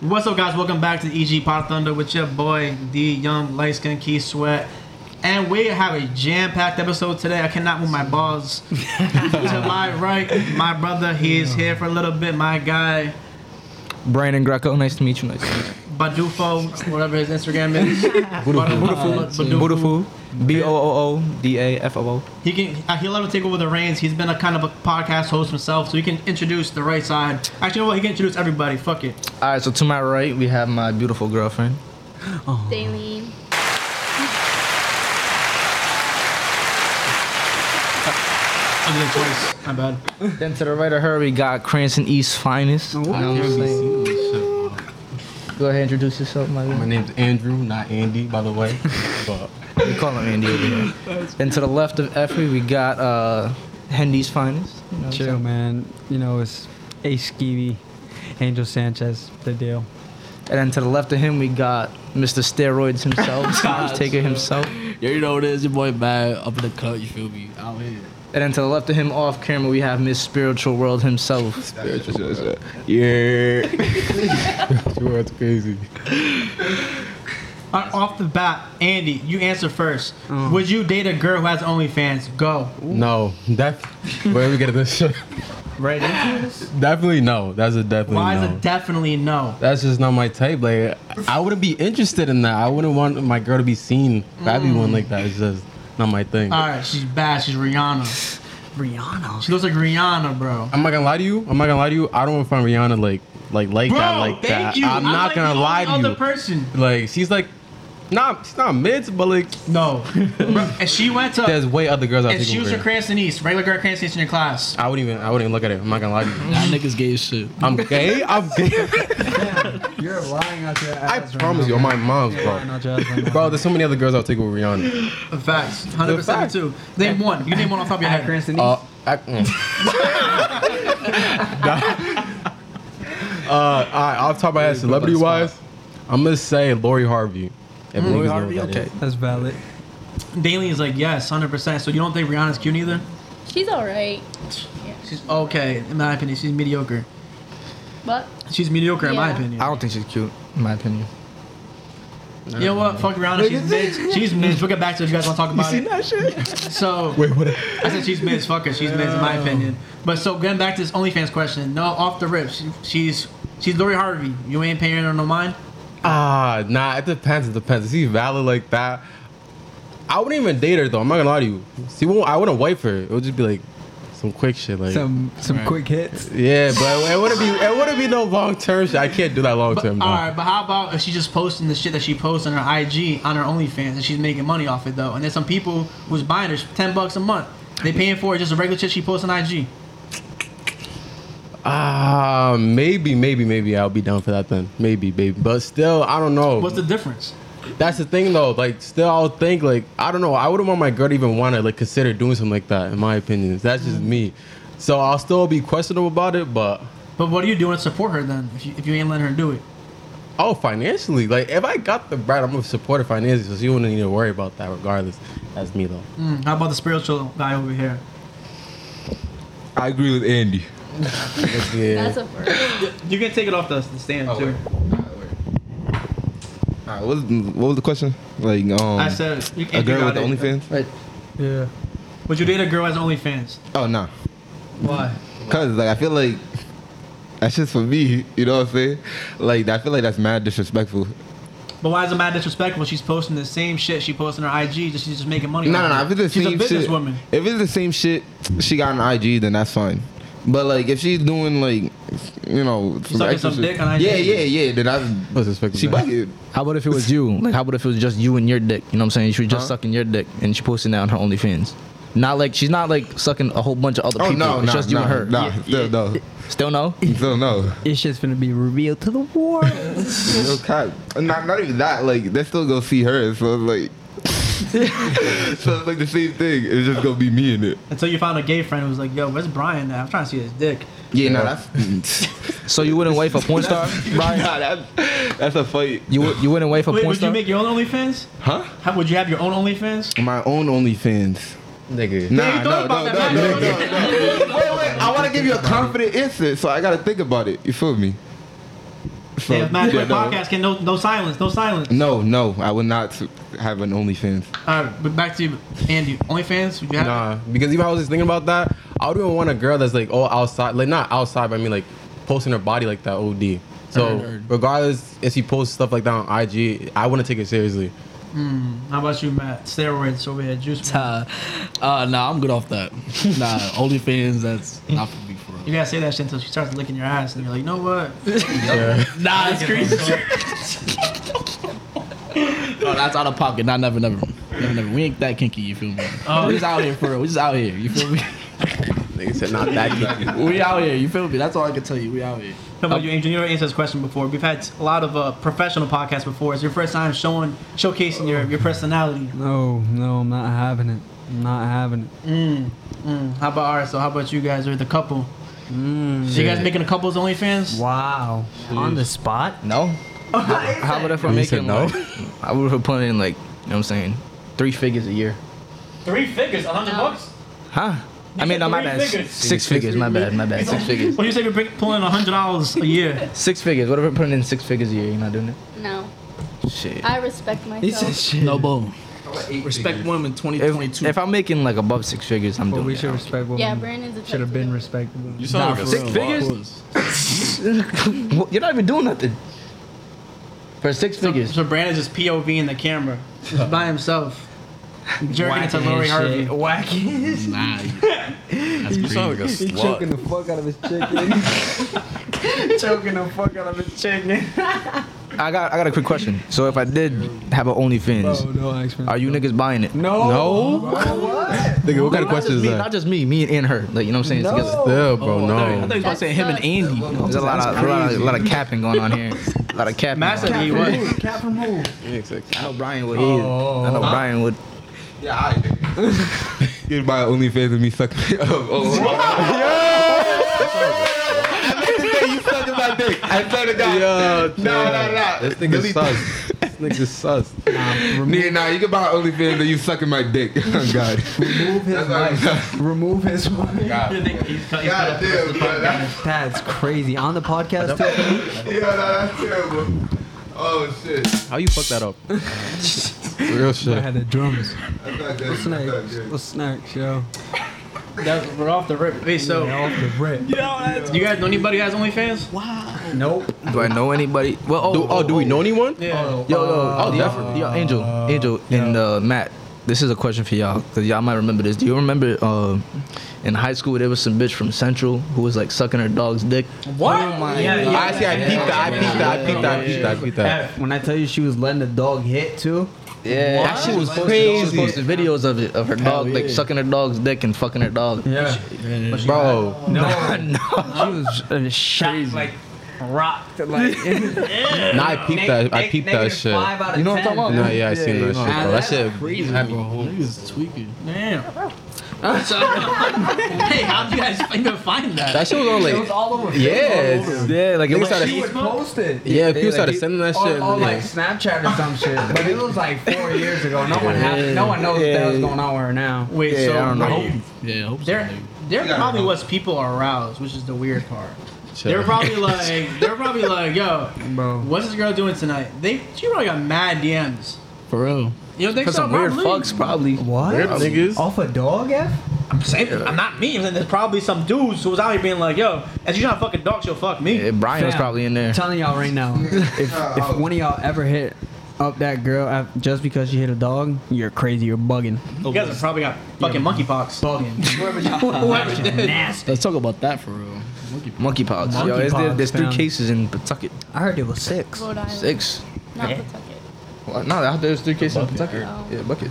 What's up, guys? Welcome back to the EG Pod Thunder with your boy D Young, light skin Key Sweat, and we have a jam-packed episode today. I cannot move my balls to my right. My brother, he is here for a little bit. My guy, Brandon Greco, nice to meet you. Nice to meet Badufo, whatever his Instagram is. Badufo. Badufo. you. Beautiful. B O O O D A F O O. He can. uh, He'll ever take over the reins. He's been a kind of a podcast host himself, so he can introduce the right side. Actually, you know what? He can introduce everybody. Fuck it. All right, so to my right, we have my beautiful girlfriend. Daleen. I did it twice. My bad. Then to the right of her, we got Cranston East Finest. You know what I'm saying? Go ahead, introduce yourself, my My man. name's Andrew, not Andy, by the way. But We call him Andy over here. Then to the left of Effie, we got uh, Hendy's Finest. You know what I'm Chill, saying? man. You know, it's Ace Skeevy, Angel Sanchez, the deal. And then to the left of him, we got Mr. Steroids himself, Thomas Taker himself. Yeah, you know it is. Your boy Mad up in the cut. You feel me? Out here. And then to the left of him, off camera, we have Miss Spiritual World himself. yeah, you are crazy. Uh, off the bat, Andy, you answer first. Mm. Would you date a girl who has OnlyFans? Go. No, def. Where we get this shit? Right into it? Definitely no. That's a definitely Why no. is it definitely no? That's just not my type. Like I wouldn't be interested in that. I wouldn't want my girl to be seen by everyone like that. It's just not my thing. All right, she's bad. She's Rihanna. Rihanna. She looks like Rihanna, bro. I'm not gonna lie to you. I'm not gonna lie to you. I don't find Rihanna like like like Bro, that. Like thank that. you. I'm I not like gonna the lie only to Other you. person, like she's like, not she's not mids, but like no. and she went there's to. way other girls I And think she was over from her. Cranston East, regular girl Cranston East in your class. I wouldn't even. I wouldn't even look at it. I'm not gonna lie to you. Y'all niggas gay as shit. I'm gay. I'm gay. You're lying out your I ass. promise you, on my mom's, lying bro. out your ass right now. Bro, there's so many other girls I'll take over Rihanna. Facts, hundred percent fact. too. Name one. You name one off the top of your At head. Cranston Uh, I, mm. uh, all right, off the top of my head, celebrity wise, I'm gonna say Lori Harvey. If niggas know what that is. East, that's valid. Daly is like yes, hundred percent. So you don't think Rihanna's cute either? She's alright. Yeah. She's okay, in my opinion. She's mediocre. But She's mediocre, in my Yeah. opinion. I don't think she's cute, in my opinion. You know what? Fuck Rihanna. She's mid. She's mid. We'll get back to it if you guys want to talk about it. So Wait, what? I said she's mid. Fuck her. She's mid in my opinion. But so getting back to this OnlyFans question. No, off the rip. She, she's she's Lori Harvey. You ain't paying her no mind. Ah, nah, it depends. It depends. Is she valid like that? I wouldn't even date her though. I'm not gonna lie to you. She won't. I wouldn't wife her. It would just be like some quick shit. Like Some some quick hits. yeah, but it wouldn't be. It wouldn't be no long term shit. I can't do that long But, all term. though. right, but how about if she's just posting the shit that she posts on her IG on her OnlyFans and she's making money off it though? And there's some people who's buying her ten bucks a month. They paying for it just a regular shit she posts on IG. Ah, maybe, maybe, maybe I'll be down for that then. Maybe, baby. But still, I don't know. What's the difference? That's the thing though. Like, still, I'll think like I don't know. I wouldn't want my girl to even want to like consider doing something like that. In my opinion, that's just Mm. me. So I'll still be questionable about it, but But what are you doing to support her then? If you, if you ain't letting her do it, oh, financially, like if I got the bread, I'm gonna support her financially. So she wouldn't need to worry about that. Regardless, that's me though. Hmm, how about the spiritual guy over here? I agree with Andy. Yeah. that's a first. You can take it off the, the stand too. Alright, what, was- what was the question? Like, um, I said you, a Andrew girl with got it. OnlyFans? Yeah. Would you date a girl as OnlyFans? Oh no, Why? cause like I feel like that's just for me. You know what I'm saying? Like I feel like that's mad disrespectful. But why is it mad disrespectful? She's posting the same shit she posts on her IG. Just she's just making money. No, no, off no. it. If it's the she's same a shit, businesswoman. if it's the same shit she got on IG, then that's fine. But like if she's doing like, you know, Sucking extra some shit- dick on IG? Yeah, yeah, yeah. Then that's What's expected? she bugging. How about if it was you? Like, how about if it was just you and your dick? You know what I'm saying? She was just sucking your dick and she posting that on her OnlyFans. Not like she's not like sucking a whole bunch of other Oh people. no, it's no, just you and her. Nah, still no, Still no? still no. It's just gonna be revealed to the world. No cap. Not not even that. Like they still go see her. So it's like, so it's like the same thing. It's just gonna be me in it. Until you found a gay friend who was like, "Yo, where's Brian? At? I'm trying to see his dick." Yeah, no, that's So you wouldn't wait for porn star? Brian. Nah, that's, that's a fight. You, would- you wouldn't wait for Wait, porn would you star? make your own OnlyFans? Huh? How, would you have your own OnlyFans? My own OnlyFans. nigga. Nah, you no, thought about no, that, no, man. no, no, no. Wait, wait. I want to give you a confident answer, so I gotta think about it. You feel me? So, yeah, man, yeah, quick no. podcast. Can no, no silence, no silence. No, no, I would not have an OnlyFans. All right, but back to you, Andy. OnlyFans, would you have? Nah, because even I was just thinking about that. I wouldn't want a girl that's like all outside, like not outside, but I mean like posting her body like that. Od. So Heard, heard. regardless if she posts stuff like that on IG, I wouldn't take it seriously. How about you, Matt? Steroids over here, juice. Man. Uh, uh, nah, I'm good off that. Nah, OnlyFans, that's not for me for You real. gotta say that shit until she starts licking your ass, and you're like, you know what? Nah, it's crazy. no, that's out of pocket. Nah, never, never, never, never. We ain't that kinky. You feel me? Oh. we just out here for real. We just out here. You feel me? They said not that. deep. we out here. You feel me? That's all I can tell you. We out here. How about you, Angel? You already answered this question before. We've had a lot of uh, professional podcasts before. It's your first time showing, showcasing your, your personality. No, no, I'm not having it. I'm not having it. How about all right? So how about you guys? Are the couple? Mm, So you guys making a couples OnlyFans? Wow. On the spot? No. How about if I'm You said making no? like, I would have put in like, you know what I'm saying, three figures a year. Three figures, a hundred bucks. Huh? I mean, no, my three bad. figures. Six figures. My bad. My bad. Six figures. What do you say? You're bring- pulling a hundred dollars a year. Six figures. What if I'm putting in six figures a year? You're not doing it. No. Shit. I respect myself. shit. No boom. Respect women If, 2022. if I'm making like above six figures, I'm But doing we it. should respect women. Yeah, Brandon's a Should have been type respectable. You Nah, sound for like a real. figures? You're not even doing nothing. For six figures. So Brandon's just POV in the camera, just by himself, jerking it to Lori Harvey. Wacky. Nah, you- that's You sound like crazy. a He's slut. choking the fuck out of his chicken. choking the fuck out of his chicken. I got I got a quick question. So if I did have an OnlyFans, Bro, no expert. are you niggas buying it? No. No. Nigga, what Not kind of just question is me, that? Not just me, me and- and her. Like you know what I'm saying? It's together. Yeah, bro, I no. thought you was about to say him and Andy. There's a lot of, a lot of a lot of capping going on here. A lot of capping. Matt said he was. Cap from who? I know Brian would. He is. I know Brian would. Yeah, I do. You'd buy OnlyFans and me sucking. Oh, oh, Yeah! you sucking my dick. I swear to God. Yeah, Nah, nah, nah. This nigga Delete- sus. This nigga sus. Nah, nah, you can buy OnlyFans and you sucking my dick. Oh, God. Remove his wife. Remove his wife. You think he's cut- he's cut God up. damn, bro. That's, That's crazy. On the podcast, too. yeah, nah, that's terrible. Oh, shit. That's How you fuck that up? Real I shit. had the drums. not good. That's not Snacks. good. Little snacks, yo. That's, we're off the rip. Wait, so Off the rip. you guys know anybody who has OnlyFans? Nope. Do I know anybody? Well, oh, Do, oh, do we know anyone? Yeah. Yo, yo, Oh, yo, definitely. Yo, Angel, Angel, and uh, Matt. This is a question for y'all, cause y'all might remember this. Do you remember uh, in high school there was some bitch from Central who was like sucking her dog's dick? What? Oh yeah, yeah, I see. I peeped that. I peeped that. I peeped that. I peeped that. I peeped that. F. When I tell you she was letting the dog hit too, Yeah, that shit was crazy. She was posting videos of it of her dog like sucking her dog's dick and fucking her dog. yeah, Bro, she was uh, shot like rocked like. nah, I peeped that. I peeped that shit. Nah, out of you know what I'm talking yeah, I seen that shit, bro. That shit. Crazy, bro. He was tweaking. Damn. So, hey, how'd you guys even find that? That shit was on like. all over. Yeah. Yeah, like it Niggas was started- She would post it. Yeah, people like, started it- sending that on, shit. on like yeah. Snapchat or some shit. But it was like four years ago. No one had, no one knows what the hell's going on with her now. Wait, Yeah, so I don't know. wait, Yeah, I hope so. there, there probably was people aroused, which is the weird part. Shit. They're probably like, they're probably like, yo, Bro. what's this girl doing tonight? They, she probably got mad DMs. For real. You don't think for so? some weird Probably. fucks probably. What? niggas. Off a dog F? I'm saying, I'm not me. And there's probably some dudes who was out here being like, yo, as you trying to fuck a dog, she'll fuck me. Yeah, Brian was Fam, probably in there. I'm telling y'all right now, if, if one of y'all ever hit up that girl af- just because she hit a dog, you're crazy. You're bugging. You guys have probably got fucking monkeypox. Bugging. Whoever did. Let's talk about that for real. Monkey Monkeypox. Yo, it's there, Monkeypox, there's three fam. cases in Pawtucket. I heard it was six. Rhode Island. Six. Not Pawtucket. Well, no, out there was three cases in Pawtucket. Oh. Yeah, bucket.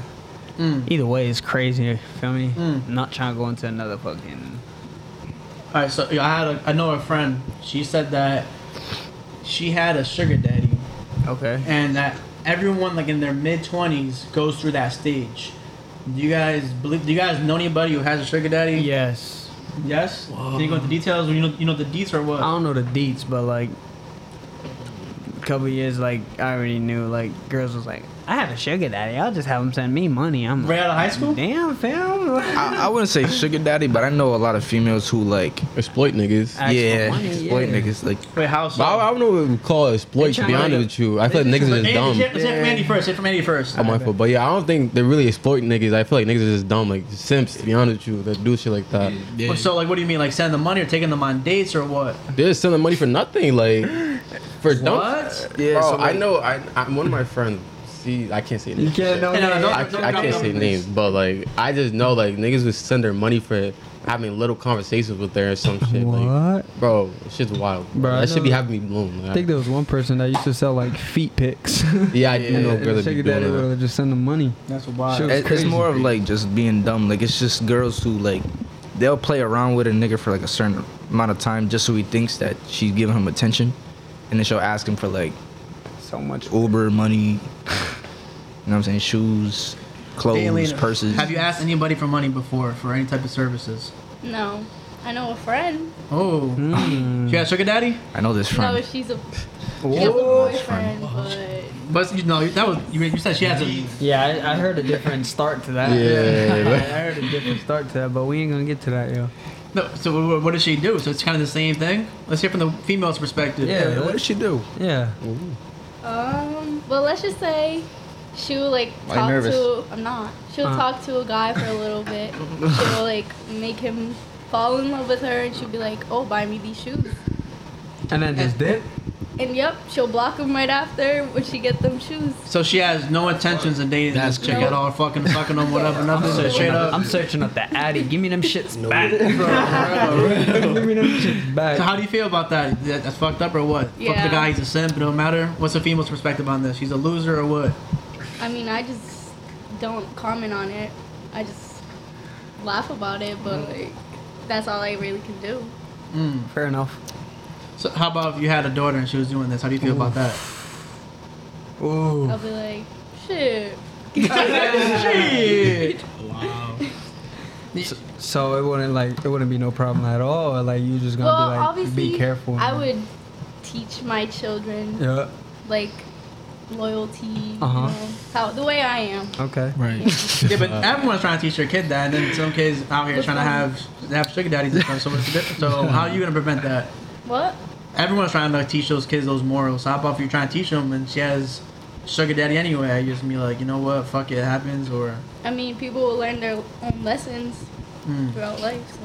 Either way, it's crazy. Feel me? Not trying to go into another fucking. All right, so yeah, I had a, I know a friend. She said that she had a sugar daddy, Okay. and that everyone like in their mid twenties goes through that stage. Do you guys believe? Do you guys know anybody who has a sugar daddy? Yes. Yes. Um, Can you go into details? Or you know, you know the deets or what? I don't know the deets, but like, couple years, like I already knew, like girls was like, I have a sugar daddy. I'll just have him send me money. I'm Right out of high school? damn fam. I, I wouldn't say sugar daddy, but I know a lot of females who like Exploit Ask niggas. for yeah, money, exploit yeah. niggas like Wait, how so? But I, I don't know what we call it exploit. To be They tryna- honest with you, I feel like niggas are just dumb. Hit, hit from Andy first. Hit from Andy first. I'm my fault, but yeah, I don't think they're really exploiting niggas. I feel like niggas are just dumb, like simps. To be honest with you, that do shit like that. Yeah. Well, So like, what do you mean? Like sending them money or taking them on dates or what? They're just selling money for nothing, like for dumb. What? yeah. Bro, so like, I know. I, I one of my friends. See, I can't say You names. can't know. Hey, no, that. no, don't- I, don't I drop can't say numbers. names, but like I just know like niggas would send their money for having little conversations with her or some shit. What? Like, bro, shit's wild. Bro, I that should know- be having me blown. I Like, think there was one person that used to sell like feet pics. yeah, I do know And the girls that be sugar daddy doing that. would just send them money. That's wild. Sure. it- it's crazy. more of like just being dumb. Like it's just girls who like they'll play around with a nigga for like a certain amount of time just so he thinks that she's giving him attention, and then she'll ask him for like So much. Uber money. You know what I'm saying? Shoes, clothes, Daily- purses. Have you asked anybody for money before for any type of services? No, I know a friend. Oh, Hmm. Mm. you got sugar daddy? I know this friend. No, she's a, she has a boyfriend, but But you know that was you, you said she has a. Yeah, I, I heard a different start to that. Yeah, I bro. heard a different start to that, but we ain't gonna get to that, yo. No, so wh- what does she do? So it's kind of the same thing. Let's hear from the female's perspective. Yeah. what did she do? Yeah. um, well, let's just say she will like Why talk nervous? to. I'm not. She'll Uh. talk to a guy for a little bit. She'll like make him fall in love with her, and she'll be like, "Oh, buy me these shoes." And then just dip. And yep, she'll block him right after when she get them shoes. So she has no intentions of dating That's this chick cool. at all, fucking fucking them, whatever, nothing. So straight up. I'm searching up the Addy. Give me them shits back, bro. Give me them shits back. So how do you feel about that? That- That's fucked up or what? Fuck Yeah. the guy, he's a simp. It don't matter. What's the female's perspective on this? She's a loser or what? I mean, I just don't comment on it. I just laugh about it, Mm-hmm. but like that's all I really can do. Fair enough. So how about if you had a daughter and she was doing this? How do you feel about that? Ooh. I'll be like, shit. Shit. So Oh, it wouldn't like it wouldn't be no problem at all. Or, like you just gonna well, be like obviously, be careful. I would teach my children Yeah. like loyalty. Uh-huh. You know, how the way I am. Okay. Right. Yeah, but everyone's trying to teach their kid that, and then some kids out here trying to have have sugar daddies and stuff. So what's the difference? So how are you gonna prevent that? What? Everyone's trying to teach those kids those morals. So how about if you're trying to teach them and she has sugar daddy anyway? I just be like, you know what? Fuck it, it happens. Or I mean, people will learn their own lessons Mm. throughout life. So.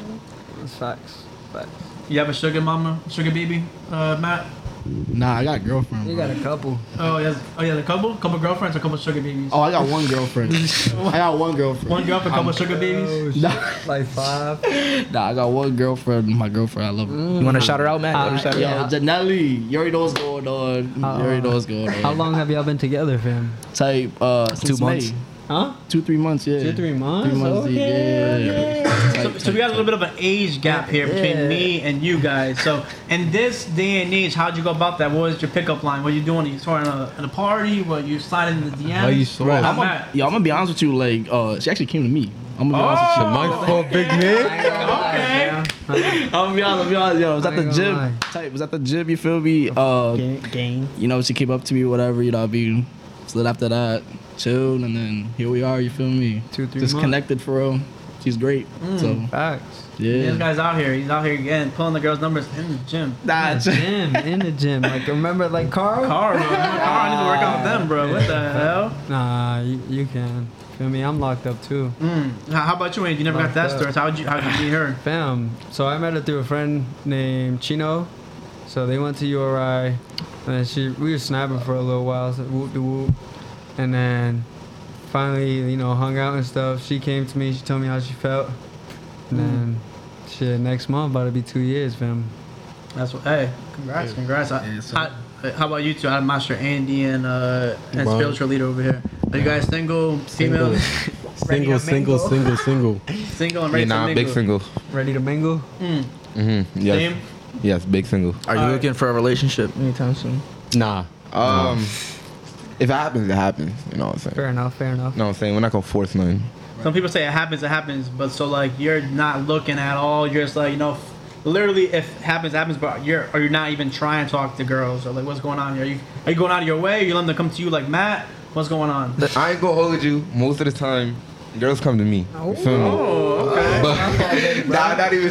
That's facts. Facts. you have a sugar mama, sugar baby, uh, Matt. Nah, I got a girlfriend. You bro. got a couple. Oh yes, oh yeah, a couple, couple girlfriends, a couple sugar babies. Oh, I got one girlfriend. I got one girlfriend. One girlfriend, couple sugar babies. Nah, Like five. nah, I got one girlfriend. My girlfriend, I love her. Mm-hmm. You want to shout her out, man? Uh, Yo, yeah. Janelli, you already know what's going on. you already know what's going on. Uh, How long have y'all been together, fam? Type uh, since May. months. Huh? Two, three months. Yeah. Two, three months. Three months. okay. yeah, yeah, yeah. So, so we got a little bit of an age gap here between me and you guys. So in this day and age, how'd you go about that? What was your pickup line? What you doing? You throwing a, at a party? What you sliding in the DM? How you slow? How I'm about- gonna, yo, I'm gonna be honest with you. Like, uh, she actually came to me. I'm gonna be honest with you. My Oh! fault, big man. okay. I'm gonna be honest. I'm gonna be honest. Yo, I was I at ain't the gonna gym. lie. Type was at the gym. You feel me? Uh, Gang. gang. you know, she came up to me, whatever. You know, what I mean, so then after that, chilled, and then here we are. You feel me? Two, three Just months. connected for real. She's great. So Facts. This yeah. guy's out here. He's out here again, pulling the girls' numbers in the gym. Nah, chill. Gym in the gym. Like remember, like Carl. Car, bro. Car, I need to work out with them, bro. What the hell? Nah, you, you can. Feel me? I'm locked up too. Mm. How how about you, Andy? You never got Like that that. story. So How'd you, how'd you meet her? Fam. So I met her through a friend named Chino. So they went to URI, and she we were snapping for a little while, so whoop de whoop, and then finally you know hung out and stuff. She came to me. She told me how she felt, and Mm. then shit. Next month about to be two years, fam. That's what. Hey, congrats, congrats. I- Yeah, so- how, how about you two? I'm Master Andy and uh and Bro. spiritual leader over here. Are you guys single, female, Single, single, single, single. single, and Yeah, ready nah, to big mingle? single. Ready to mingle? hmm Yes, Same? yes, big single. Are you looking for a relationship anytime soon? Nah. Um, if it happens, it happens. You know what I'm saying? Fair enough. Fair enough. No, I'm saying we're not gonna force nothing. Some people say it happens, it happens, but so like you're not looking at all. You're just like you know, f- literally if happens happens, but you're or you're not even trying to talk to girls or like what's going on here? Are you are you going out of your way? you let them come to you like Matt? What's going on? I ain't gonna hold you. Most of the time, girls come to me. You feel me? Oh, But nah, not even.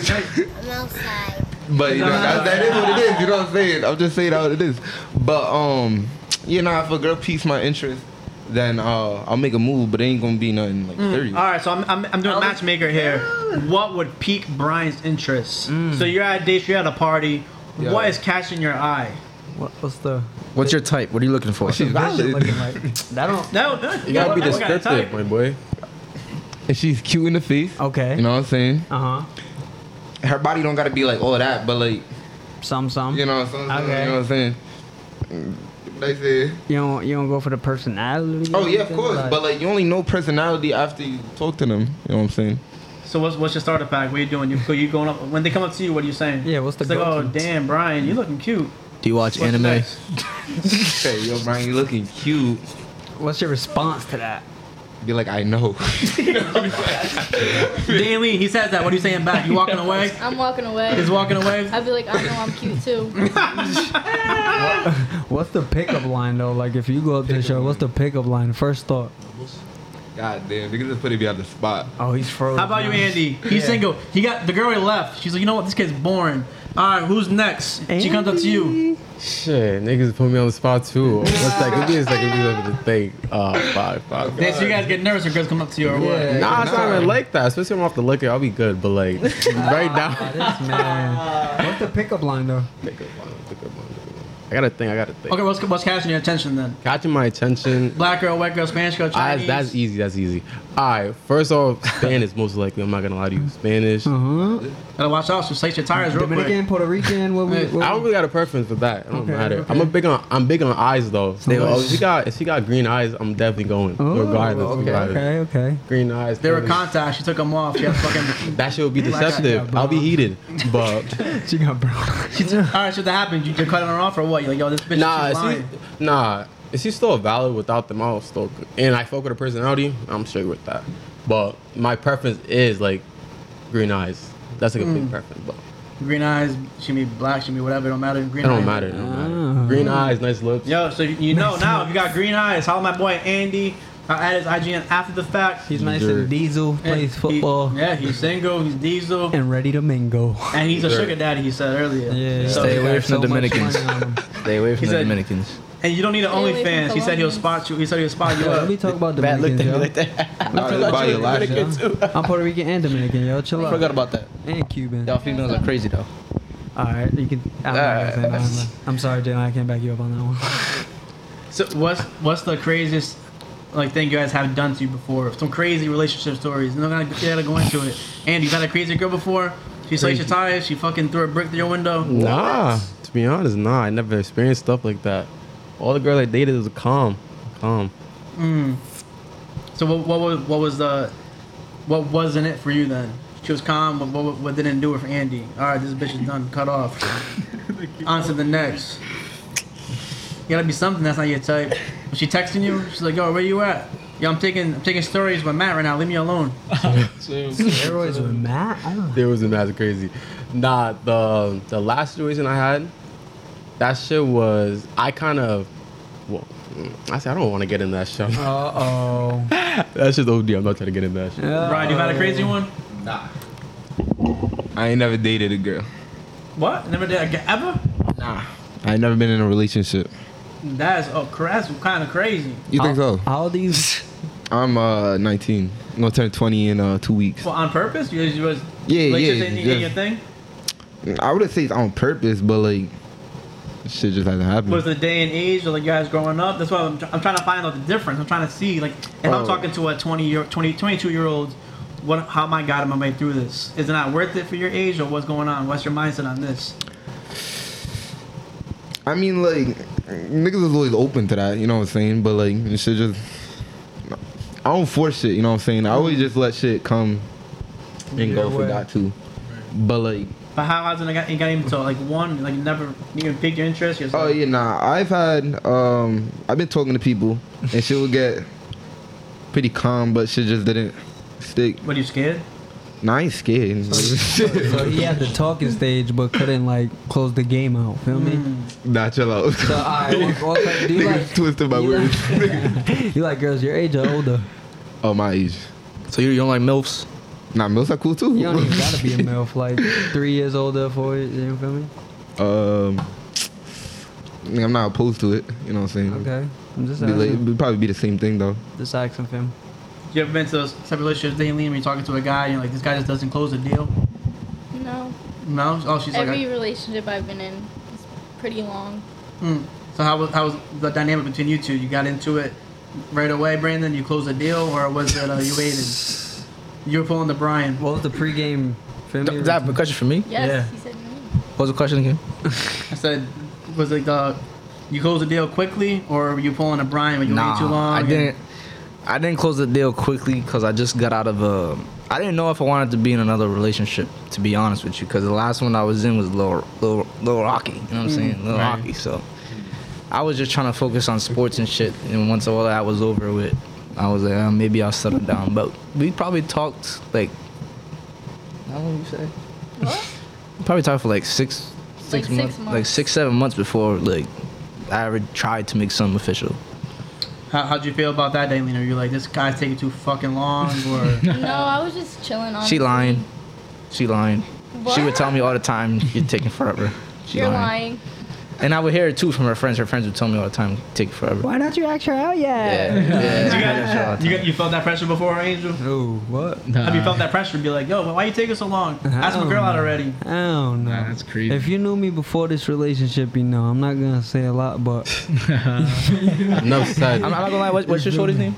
I'm outside. But you know, that, that is what it is. You know what I'm saying? I'm just saying how it is. But um, you know, if a girl piques my interest, then uh, I'll make a move. But it ain't gonna be nothing like serious. All right, so I'm, I'm, I'm doing matchmaker here. What would pique Brian's interest? Mm. So you're at a date, you're at a party. What is catching your eye? What, what's the What's your type? What are you looking for? She's vision valid. looking like? That don't. No, no, You gotta be what- what kind of descriptive, type? my boy. And she's cute in the face. Okay. You know what I'm saying? Uh huh. Her body don't gotta be like all that, but like Some some. you know, so, so, Okay. you know what I'm saying. Mm, They said, You don't you don't go for the personality. "Oh or yeah, of anything? course," but like you only know personality after you talk to them. You know what I'm saying? So what's what's your starter pack? What are you doing? You so you going up when they come up to you? What are you saying? Yeah, what's the It's like, oh go-to? damn, Brian, you looking cute. Do you watch What's anime? next? Hey, yo, Brian, you looking cute. what's your response to that? Be like, I know. Daily, he says that. What are you saying back? You walking away? I'm walking away. He's walking away. I'd be like, I know I'm cute too. What's the pickup line though? Like if you go up to the show, what's the pickup line? First thought. God damn, niggas just putting me on the spot. Oh, he's frozen. How about you, Andy? He's single. He got the girl he left. She's like, you know what? This kid's boring. All right, who's next? She comes up to you. Shit, niggas put me on the spot too. One second, give me a second, give me a second to think. Uh, five, five. Then so you guys get nervous when girls come up to you or what? Nah, it's not even like that. Especially when I'm off the liquor, I'll be good. But like right now, This man. What's the pickup line though? I gotta think. I gotta think. Okay, what's what's catching your attention then? Catching my attention. Black girl, white girl, Spanish girl, I- Chinese. that's e- easy. That's easy. All right. First off, Spanish most likely. I'm not gonna lie to you. Spanish. Gotta watch out. So slice your tires real quick. Dominican, Puerto Rican. What we? Hey, What I don't really got a preference for that. It don't Okay, matter. okay. I'm a big on. I'm big on eyes though. So, They oh, was- if she got if she got green eyes, I'm definitely going. Oh, regardless. Okay. regardless. Okay. Okay. Green eyes. They were Spanish. contacts. She took them off. She had fucking. That shit would be Black deceptive. I'll be heated, but She got brown. She took, all right, so that happened. You just cutting her off or what? You're like, yo, this bitch nah, is is lying. he, nah. Is he still valid without them? I'll still, and I fuck with her personality. I'm straight with that. But my preference is like green eyes. That's like a Mm. big preference, but Green eyes. She be black. She be whatever. It don't matter. Green Ah. it don't eyes. matter. It don't matter. Green eyes, nice lips. Yo, so you- you know now if you got green eyes, holla my boy Andy. I added his IGN after the fact. He's nice and diesel. And Plays he- football. yeah, he's single. He's diesel. And ready to mingle. And he's a Sure. sugar daddy, he said earlier. Yeah. So, Stay away got from the so much Dominicans. money on him. Stay away from He the said- Dominicans. and you don't need an Stay away OnlyFans. from He said he'll Colombians. spot you. He said he'll spot you Let up. me talk about Dominicans, yo. Nah, just buy your lash up. I'm Puerto Rican and Dominican, yo. Chill I out. forgot about that. And Cuban. Y'all females are crazy though. All right, you can. I'm, not gonna say no, I'm not- I'm sorry, Jalen. I can't back you up on that one. So what's what's the craziest like thing you guys have done to you before? Some crazy relationship stories. No, gotta, you gotta go into it. Andy, you got a crazy girl before? She sliced your tires. She fucking threw a brick through your window. Nah, to be honest, nah. I never experienced stuff like that. All the girls I dated was calm, calm. So what, what was what was the what wasn't it for you then? She was calm, but what, what didn't do it for Andy? All right, this bitch is done. Cut off. On to the next. You gotta be something that's not your type. When she texting you, she's like, "Yo, where you at? Yo, I'm taking I'm taking stories with Matt right now. Leave me alone." Steroids with Matt. Oh. There was that's crazy. Nah, the the last situation I had, that shit was I kind of, well, mm, I said I don't want to get in that shit. Uh oh. That's just OD. I'm not trying to get in that shit. Brian, you had a crazy one? I ain't never dated a girl. What? Never did I- ever? Nah. I ain't never been in a relationship. That's oh, cra- that's kind of crazy. You think so? All these. I'm uh 19. I'm gonna turn 20 in uh two weeks. Well, on purpose? You just was Yeah, yeah, relationships ain't- ain't yeah. your thing. I wouldn't say it's on purpose, but like, shit just hasn't happened. was the day and age of like you guys growing up. That's why I'm, tr- I'm trying to find out the difference. I'm trying to see like if I'm Oh. talking to a 20 year 20 22 year old, what how am I guiding my way through this? Is it not worth it for your age or what's going on? What's your mindset on this? I mean, like, niggas is always open to that, you know what I'm saying? But like, this shit just, I don't force shit, you know what I'm saying? I always just let shit come and go if way. it got to. But like, But how hasn't it got, it got even to like one like you never even pick your interest? You're just oh like, yeah, nah, I've had, um, I've been talking to people and shit would get pretty calm, but shit just didn't stick. What are you scared? Nah, I ain't scared. So he had the talking stage, but couldn't like close the game out. Feel me? nah, chill out. So alright, what- what kind- do you Niggas like? twisted my you words. Like, you like girls your age or older? oh, my age. So you, you don't like milfs? Nah, mills are cool too. You don't even gotta be a milf. Like three years older, four years. You feel me? um, nigga, I'm not opposed to it. You know what I'm saying? Okay. I'm just Be like, asking. it'd probably be the same thing though. Just asking, fam. You ever been to some relationships, they lean when you're talking to a guy, and you're like, this guy just doesn't close the deal? No. No? Oh, she's Every like, relationship I've been in is pretty long. hmm. So how was, how was the dynamic between you two? You got into it right away, Brandon? You closed the deal, or was it uh, you waited? You were pulling the Brian. What was the pregame? Feel me? Th- that a question for me? Yes, Yeah. he said no. What was the question again? I said, was it the, you closed the deal quickly, or were you pulling a Brian when you waited too long? I and- didn't. I didn't close the deal quickly because I just got out of a. I didn't know if I wanted to be in another relationship, to be honest with you, because the last one I was in was Lil, Lil, Lil Rocky. You know what Mm, I'm saying? Lil Rocky. So I was just trying to focus on sports and shit. And once all that was over with, I was like, uh, maybe I'll settle down. But we probably talked like. How long you say? What? Probably talked for like six, six, Like six months, like months. six, seven months before like I ever tried to make something official. How, how'd you feel about that, Daylene? Are you like, this guy's taking too fucking long, or? no, I was just chilling on. She lying. She lying. She would tell me all the time, "You're taking forever." She You're lying. And I would hear it too from her friends. Her friends would tell me all the time, "Take forever." Why not you ask her out yet? Yeah, yeah. You, I ask her got, out all the you, time. got, you felt that pressure before, Angel? Oh, what? Have you Nah, felt that pressure? Be like, yo, why you taking so long? Ask my girl out already. I don't know. nah, that's crazy. If you knew me before this relationship, you know I'm not gonna say a lot, but Enough said. I'm, I'm not gonna lie. What, what's your shorty's name?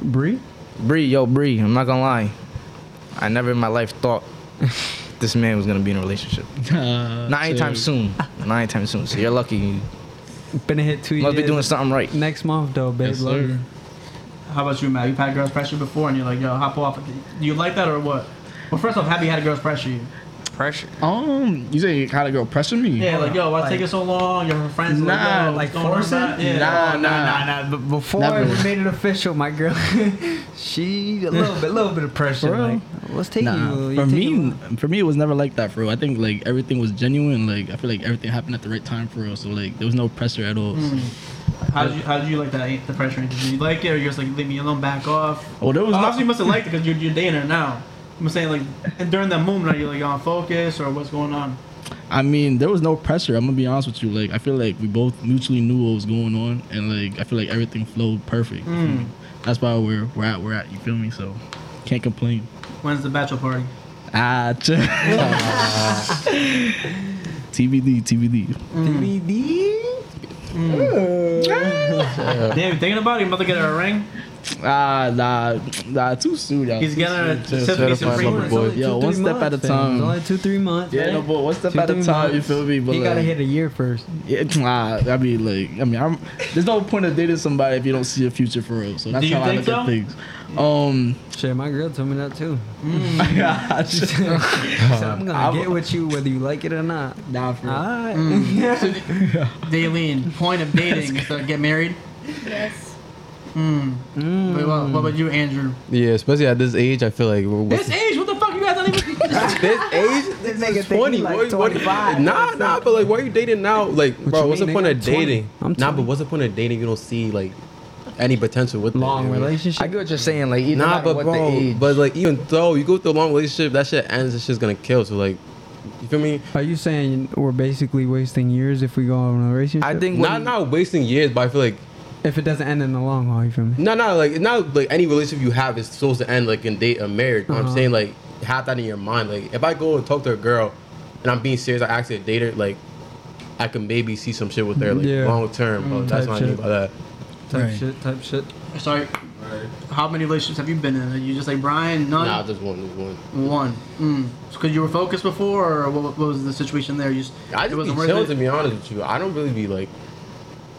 Bree? Bree. Yo, Bree. I'm not gonna lie. I never in my life thought this man was gonna be in a relationship. Nah, Not anytime chill. soon. Not anytime soon. So you're lucky. You been hit two must years. be doing something right. next month though, babe. Yes, love sir. you. How about you, Matt? You've had girls pressure before, and you're like, yo, hop off. Do you like that or what? Well, first off, have you had girls pressure you? Pressure. Um, you say how to go pressure me? Yeah, like, yo, why it's taking so long? Your friends are Nah, like, yo, like what's going on, forcing? Matt? Yeah. Nah, nah, nah, nah. But before Never. we made it official, my girl, she a little bit, little bit of pressure. For real? Like, what's taking you? Nah, You for taking me, long? for me, it was never like that, for real. I think like everything was genuine. Like I feel like everything happened at the right time, for real. So like there was no pressure at all. Mm. So. How did you, how did you like that? The pressure? Did you like it, or you're just like, leave me alone, back off? Oh, there was Well, no- obviously, you must have liked it because you're, you're dating her now. I'm saying like, and during that moment, are you like on focus or what's going on? I mean, there was no pressure. I'm gonna be honest with you. Like I feel like we both mutually knew what was going on, and like I feel like everything flowed perfect. you feel Mm. me? That's why we're we're at we're at. You feel me? So can't complain. When's the bachelor party? Ah, chill. TBD, TBD. Mm. Mm. Damn, you thinking about it? You about to get her a ring? Ah, nah, nah, too soon, y'all. He's Too getting a soon, chill. Tiffany some certified free lover ones. boy. It's only Yo, two, one three step at a months, fam. It's time. only two, three months. Yeah, right? no, but one step Two, at a three time. You months. feel me? But he like, gotta hit a year first. Yeah, nah, I mean, like, I mean, I'm. There's no point of dating somebody if you don't see a future for real. So that's you how I think look so? at things. Um, Shit, my girl told me that too. Mm. She said, I'm gonna get with you whether you like it or not. nah, for real. Alright. Mm. Daylene, point of dating is to get married. Yes. Hmm. Mm. Wait, what, what about you, Andrew? Yeah, especially at this age, I feel like we're- This age, what the fuck? You guys don't even. this age, This this nigga is think twenty. he like what, what- 25. nah, nah, but like, why are you dating now? Like, bro, you what's mean, the point nigga? of I'm 20. dating? I'm Nah, 20. but what's the point of dating? if You don't see like any potential with it, Long you know? I relationship. get what you're saying. Like, even Nah, but what bro, the age. but like, even though you go through a long relationship, that shit ends. That shit's gonna kill. So like, you feel me? Are you saying we're basically wasting years if we go on a relationship? I think Not when, not wasting years, but I feel like if it doesn't end in the long haul, you feel me? No, no, like not like any relationship you have is supposed to end like in date a marriage. You know what Uh-huh. I'm saying like have that in your mind. Like if I go and talk to a girl, and I'm being serious, I actually date her. Like I can maybe see some shit with her like Yeah. Mm, long term. But that's type what I mean shit. by that. Type Right. shit, type shit. Sorry. How many relationships have you been in? Are you just like Brian? None. Nah, just one, just one. One. Mm. Because you were focused before, or what, what was the situation there? You just, I just be chill to be honest with you. I don't really be like.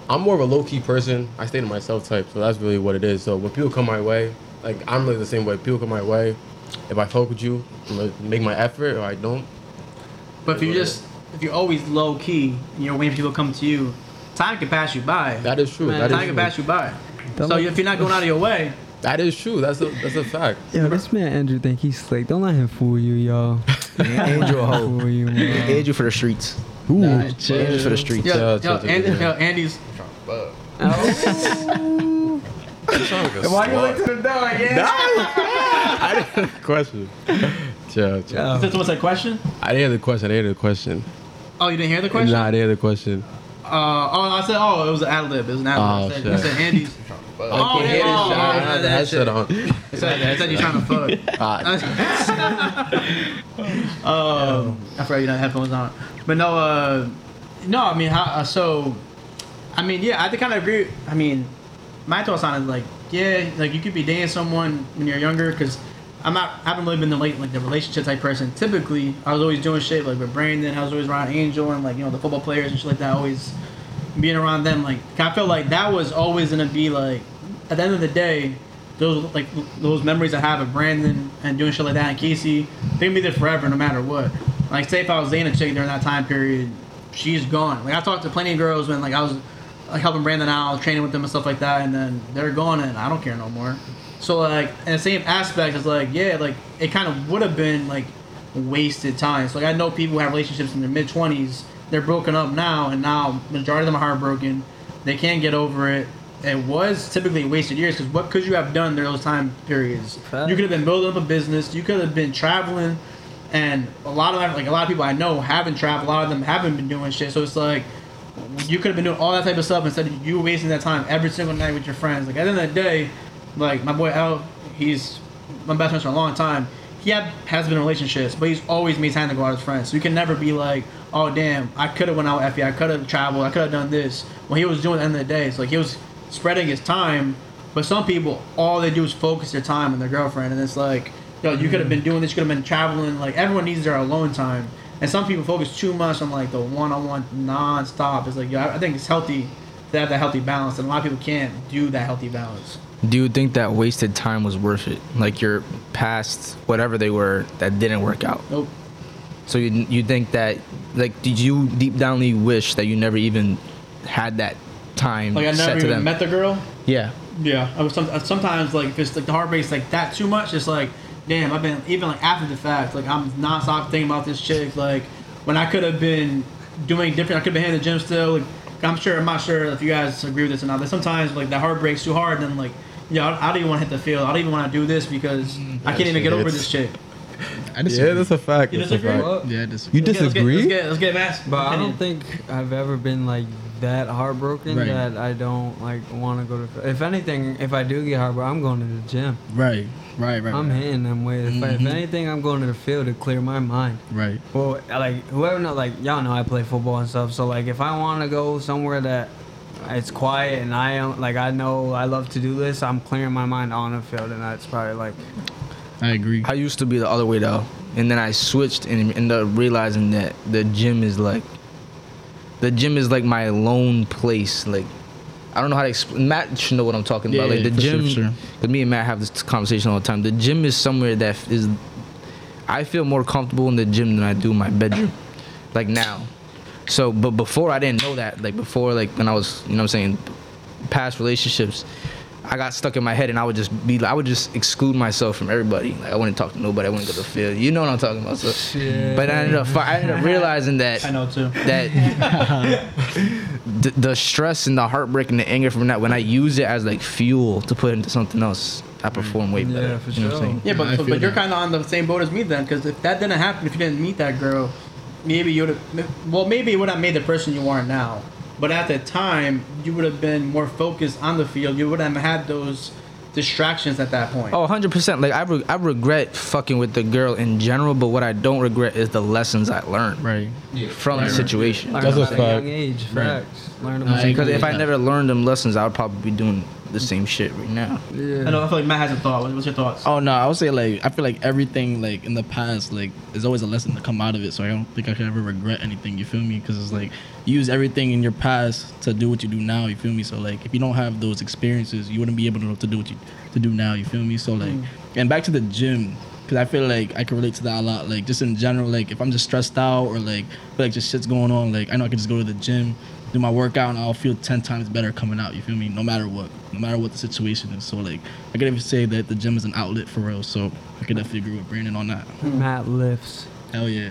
I'm more of a low key person. I stay to myself type, so that's really what it is. So when people come my way, like I'm really the same way. People come my way. If I fuck with you, I'm gonna make my effort, or I don't. But if you just, if you're always low key and you're waiting for people to come to you, time can pass you by. That is true. Man, that time is can true. pass you by. Don't so let- if you're not going out of your way, That is true. That's a that's a fact. Yo, this man Andrew think he's slick. Don't let him fool you, yo. Andrew a hoe. Fool you, man. Andrew for the streets. Ooh, Andrew for the streets. Yeah, Yo, it's yo, a- Andy, yo, Andy's. Why you like to the door? Yeah. question? Chill, chill. Yo. Is this what's that question? I didn't hear the question. I didn't hear the question. Oh, you didn't hear the question? Nah, I didn't hear the question. Uh, oh, I said, oh, it was an ad lib. It was an ad lib. Oh, I, said, shit. I said Andy's. I can't yeah, hear this oh, shit. oh, I have the that headset shit. on. I said, I said you're trying to fuck. Ah, Um, I forgot you don't have headphones on. But no, uh, no, I mean, how, uh, so, I mean, yeah, I think I kind of agree. I mean, my thoughts on it, like, yeah, like you could be dating someone when you're younger, because I'm not, I haven't really been the late, like the relationship type person. Typically, I was always doing shit like with Brandon. I was always around Angel and like you know the football players and shit like that. Always being around them, like I felt like that was always gonna be like at the end of the day, those like those memories I have of Brandon and doing shit like that and Casey, they gonna be there forever no matter what. Like say if I was dating a chick during that time period, she's gone. Like I talked to plenty of girls when like I was like helping Brandon out, training with them and stuff like that, and then they're gone and I don't care no more. So like in the same aspect, it's like yeah, like it kind of would have been like wasted time. So like I know people who have relationships in their mid twenties, they're broken up now, and now majority of them are heartbroken. They can't get over it. It was typically wasted years because what could you have done during those time periods? Fact. You could have been building up a business. You could have been traveling, and a lot of like a lot of people I know haven't traveled. A lot of them haven't been doing shit. So it's like you could have been doing all that type of stuff instead of you wasting that time every single night with your friends. Like at the end of the day, like my boy L, he's my best friend for a long time. He had, has been in relationships, but he's always made time to go out with his friends. So you can never be like, oh damn, I could have went out with Effie, I could have traveled, I could have done this. What he was doing at the end of the day, it's like he was spreading his time. But some people, all they do is focus their time on their girlfriend, and it's like, yo, you could have been doing this, you could have been traveling. Like everyone needs their alone time. And some people focus too much on like the one-on-one non-stop. It's like, yo, I I think it's healthy to have that healthy balance, and a lot of people can't do that healthy balance. Do you think that wasted time was worth it? Like your past, whatever they were, that didn't work out. Nope. So you you think that like did you deep downly wish that you never even had that time Like I Mm, set never to even them? met the girl. yeah. Yeah, I was some, uh, sometimes like if it's like the heartbreak's like that too much, it's like, damn, I've been even like after the fact, like I'm nonstop thinking about this chick, like when I could have been doing different, I could have been in the gym still. Like I'm sure, I'm not sure if you guys agree with this or not, but sometimes like the heartbreak's too hard, then like, yeah, I, I don't even want to hit the field, I don't even want to do this because I can't even shit get over hits. this chick. I yeah, disagree. that's a fact. You That's a disagree? fact. Well, yeah, I disagree. You Yeah, let's get- disagree? Let's get, let's get, Matt's But I don't opinion. think I've ever been like that heartbroken Right. that I don't like want to go to. If anything, if I do get heartbroken, I'm going to the gym. Right, right, right, I'm right, hitting them with. If, I, if anything, I'm going to the field to clear my mind. right. Well, like whoever know, like y'all know, I play football and stuff. So like, if I want to go somewhere that it's quiet and I don't like, I know I love to do this. I'm clearing my mind on the field, and that's probably like, I agree. I used to be the other way though, and then I switched and ended up realizing that the gym is like, the gym is like my lone place. Like, I don't know how to explain. Matt should know what I'm talking about. Yeah, Like the for sure, gym, for sure. because me and Matt have this conversation all the time. The gym is somewhere that f- is, I feel more comfortable in the gym than I do in my bedroom, like now. So, but before I didn't know that. Like before, like when I was, you know, what I'm saying, past relationships, I got stuck in my head, and I would just be, like, I would just exclude myself from everybody. Like I wouldn't talk to nobody. I wouldn't go to the field. You know what I'm talking about. So, Shit. But I ended up, fi- I ended up realizing that I know too. that the, the stress and the heartbreak and the anger from that when I use it as like fuel to put into something else, I perform way Yeah, better. for You know what I'm sure. saying? Yeah, Nah, I but, feel but you're that. kind of on the same boat as me then, because if that didn't happen, if you didn't meet that girl, maybe you would have. Well, maybe it would have made the person you are now. But at the time, you would have been more focused on the field. You would have had those distractions at that point. Oh, 100 percent. Like I, re- I regret fucking with the girl in general, but what I don't regret is the lessons I learned Right. from the situation. learn That's a about at a fact. young age. Right. Facts. Learn I about. Because agree if with I that. never learned them lessons, I would probably be doing the same shit right now. I Yeah. know. I feel like Matt has a thought. What- What's your thoughts? Oh no, I would say like I feel like everything like in the past like there's always a lesson to come out of it. So I don't think I could ever regret anything. You feel me? Because it's like you use everything in your past to do what you do now. You feel me? So like if you don't have those experiences, you wouldn't be able to, to do what you to do now. You feel me? So like Mm. and back to the gym. Cause I feel like I can relate to that a lot. Like just in general, like if I'm just stressed out or like feel like just shit's going on, like I know I can just go to the gym do my workout and I'll feel ten times better coming out. You feel me? No matter what, no matter what the situation is. So like, I could even say that the gym is an outlet for real. So I could definitely agree with Brandon on that. Matt lifts. Hell yeah,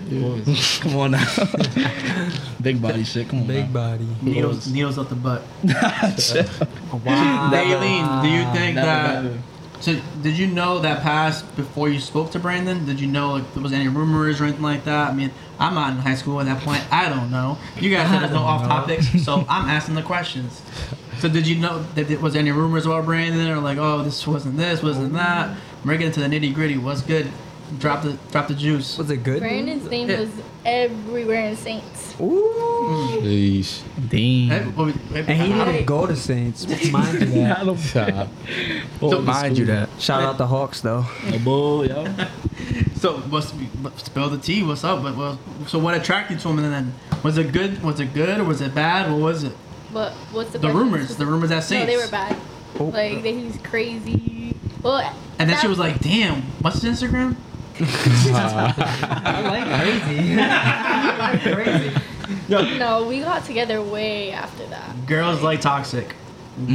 come on now, big body shit. Come on, Big now. body. Needles, needles up the butt. Wow. Daylene, do you think Never that? happened. So, did you know that past before you spoke to Brandon? Did you know like there was any rumors or anything like that? I mean, I'm not in high school at that point. I don't know. You guys said there's no off topics, so I'm asking the questions. So, did you know that there was any rumors about Brandon or like, oh, this wasn't this, wasn't that? We're getting to the nitty gritty. What's good? Drop the drop the juice. Was it good? Brandon's name was everywhere in Saints. Jeez. Hey, Damn. what we- And he I don't- didn't go to Saints. Mind you that. Stop. Mind you that. Shout out the Hawks though. A bull, yo. So what's what- spill the tea? What's up? What, what, so what attracted you to him? And then was it good? Was it good or was it bad? What was it? But what's the The question? rumors, the rumors at No, Saints. they were bad. Oh. Like that he's crazy. Well, And then that- she was like, "Damn, what's his Instagram?" I like crazy. I like crazy. "No, we got together way after that." Girls like toxic.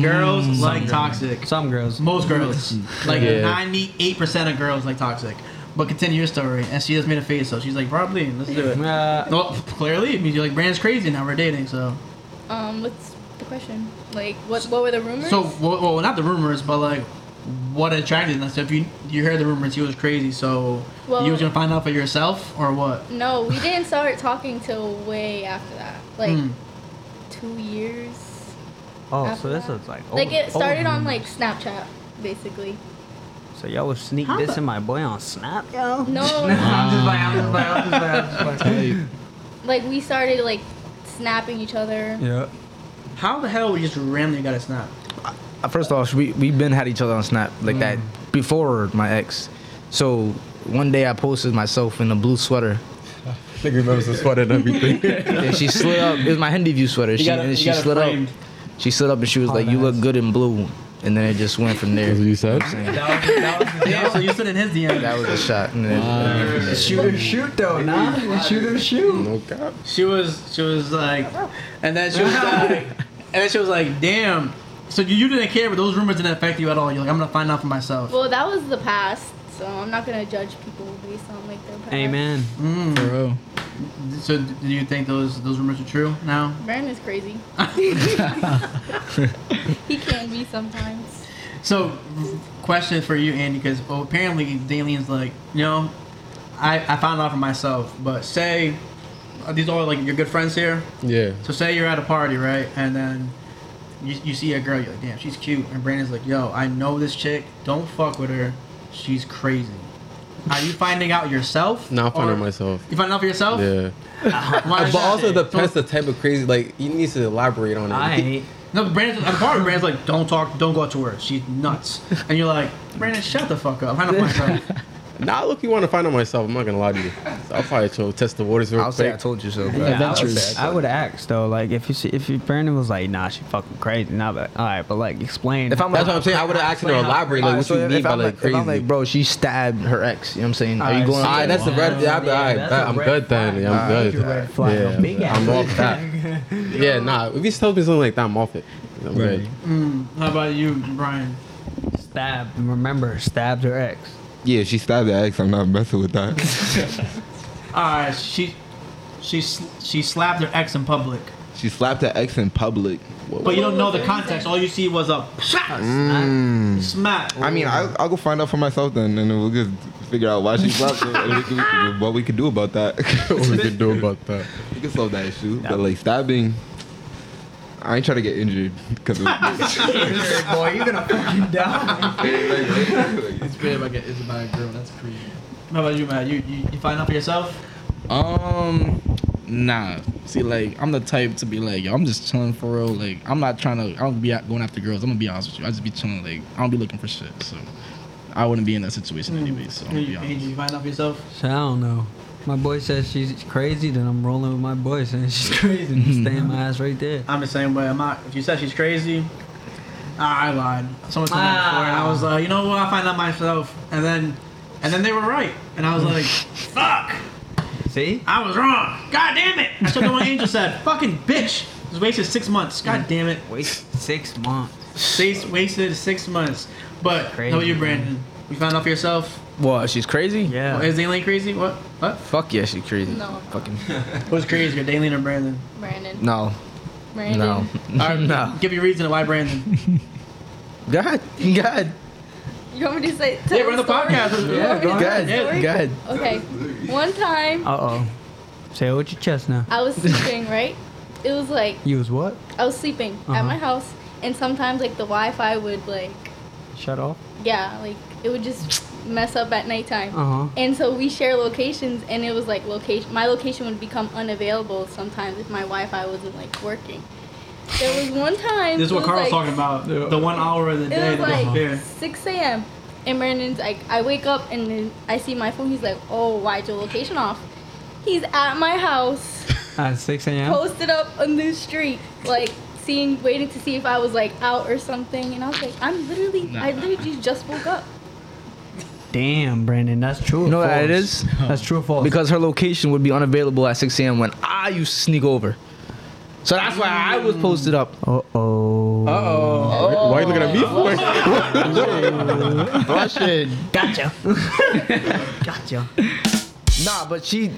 Girls Mm, like toxic. Some girls. Most girls, like Yeah. ninety-eight percent of girls like toxic. But continue your story. And she just made a face, so she's like, "Probably, let's do it." Uh, Well, clearly, it means you're like, "Brand's crazy now. We're dating." So, Um, what's the question? Like, what what were the rumors? so well, well, not the rumors, but like, what attracted him? So if you you heard the rumors, he was crazy. So Well- you was gonna find out for yourself or what? no, we didn't start talking till way after that. Like Hmm. two years. oh, after so this that. was like. Like old- it oh, started old on hmm. news. like Snapchat, basically. So y'all was sneak How dissing the- my boy on Snap, yo. No, I'm just like, I'm just like, I'm just like, I'm just like. like we started like snapping each other. Yeah. How the hell we just randomly got a snap? Uh, First off, we we been had each other on Snap like that before my ex. So one day I posted myself in a blue sweater, Nigga remembers the sweater and everything. and she slid up. It was my Hendy View sweater. she got it- you and she got it slid framed. up. She slid up and she was like, "You look good in blue," and then it just went from there. That's what you said? That was, that was Yeah, so you sit in his DM. That was a shot. And then- shoot or shoot though, nah. Shoot or shoot. No cap. She was she was like, and then she was like, and then she was like, damn. So you, you didn't care, but those rumors didn't affect you at all. You're like, I'm gonna find out for myself. Well, that was the past, so I'm not gonna judge people based on like their past. Amen. For real. So d- do you think those those rumors are true now? Brandon is crazy. he can be sometimes. So, question for you, Andy, because well, apparently Dalian's like, you know, I I found out for myself. But say, are these all like your good friends here? Yeah. So say you're at a party, right? And then you, you see a girl, you're like, damn, she's cute. And Brandon's like, yo, I know this chick. Don't fuck with her. She's crazy. Are you finding out yourself? Now I Or- find Oh. out myself. You find out for yourself? Yeah. Why is But that? also depends the type of crazy. Like he needs to elaborate on it. I ain't. No, but Brandon's, I'm part of Brandon's like, don't talk, don't go out to her. She's nuts. And you're like, Brandon, shut the fuck up. I'm not myself. Nah, look, you want to find out myself. I'm not gonna lie to you. So I'll probably chill, test the waters real I'll say I quick. told you so. bro. Yeah, I, Adventures. would, I would ask though, like if you see, if your Brandon was like, nah, she fucking crazy, nah, but all right, but like explain. If I'm That's like, what I'm saying. I would have asked him to elaborate, like Alright, what so you if- mean if by I'm like if I'm crazy. like, bro, she stabbed her ex. You know what I'm saying? Are you Alright, going? so- All right, that's the red. Yeah, Yeah, I, that's I, a I'm red good then. flag. Yeah, I'm That's good. a red flag, a Yeah, big ass I'm off that. yeah, nah. If he tells me something like that, I'm off it. I'm Right. good. Mm, how about you, Brian? stabbed, remember stabbed her ex. Yeah, she stabbed the ex. I'm not messing with that. All right, Uh, she, she, sl- she slapped her ex in public. she slapped the ex in public. But you don't know the context. All you see was a smack. I mean, I, I'll go find out for myself then, and then we'll just figure out why she slapped her and we can, what we could do about that. What we can do about that? we can solve that issue. But like stabbing, I ain't trying to get injured because. Boy, you're gonna fucking die. It's bad like it's about a girl. That's crazy. How about you, Matt? You, you, you find out for yourself? Um, nah. See, like I'm the type to be like, yo, I'm just chilling for real. Like I'm not trying to. I don't be out- going after girls. I'm gonna be honest with you. I just be chilling. Like I don't be looking for shit. So I wouldn't be in that situation Mm. anyway. So I'm You, gonna be you, honest. you find out for yourself? So I don't know. My boy says she's crazy, then I'm rolling with my boy saying she's crazy. and just Staying my ass right there. I'm the same way. I'm not. If you said she's crazy, I lied. Someone told me before, and I was like, you know what? I find out myself, and then, and then they were right, and I was like, fuck, See? I was wrong. God damn it! I should have done what Angel said. Fucking bitch. Just wasted six months. God damn it. Wait six months. Six, wasted six months. But Crazy, how about you, man. Brandon? You found out for yourself? What? She's crazy? Yeah. Is Daylene crazy? What? What? Fuck yeah, she's crazy. No. Fucking Who's crazier, Daylene or Brandon? Brandon. no, Brandon. no, no. Give your reason why Brandon. Go ahead, go ahead, You want me to say? yeah, tell we're on the story? podcast. You want me to go tell ahead, the story? go ahead. Okay. One time Uh oh. Say it with your chest now. I was sleeping, right? It was like You was what? I was sleeping Uh-huh. at my house, and sometimes like the Wi-Fi would like, Shut off. yeah, like it would just mess up at nighttime. Uh-huh. Uh huh. And so we share locations, and it was like location. My location would become unavailable sometimes if my Wi-Fi wasn't like working. There was one time. This is it what was, Carl's like, talking about. Yeah. The one hour of the day It was that doesn't like appear. 6 a.m. And Brandon's like, I wake up and then I see my phone. He's like, Oh, why'd your location off? He's at my house, At 6 a.m. posted up on the street, like seeing, waiting to see if I was like out or something. And I was like, I'm literally, I literally just woke up. Damn, Brandon, that's true. You know what that is? That's true or false? Because her location would be unavailable at 6 a.m. when I used to sneak over. So that's why I was posted up. uh oh. Oh, Why are you looking at me for? shit. Gotcha. gotcha. Nah, but she,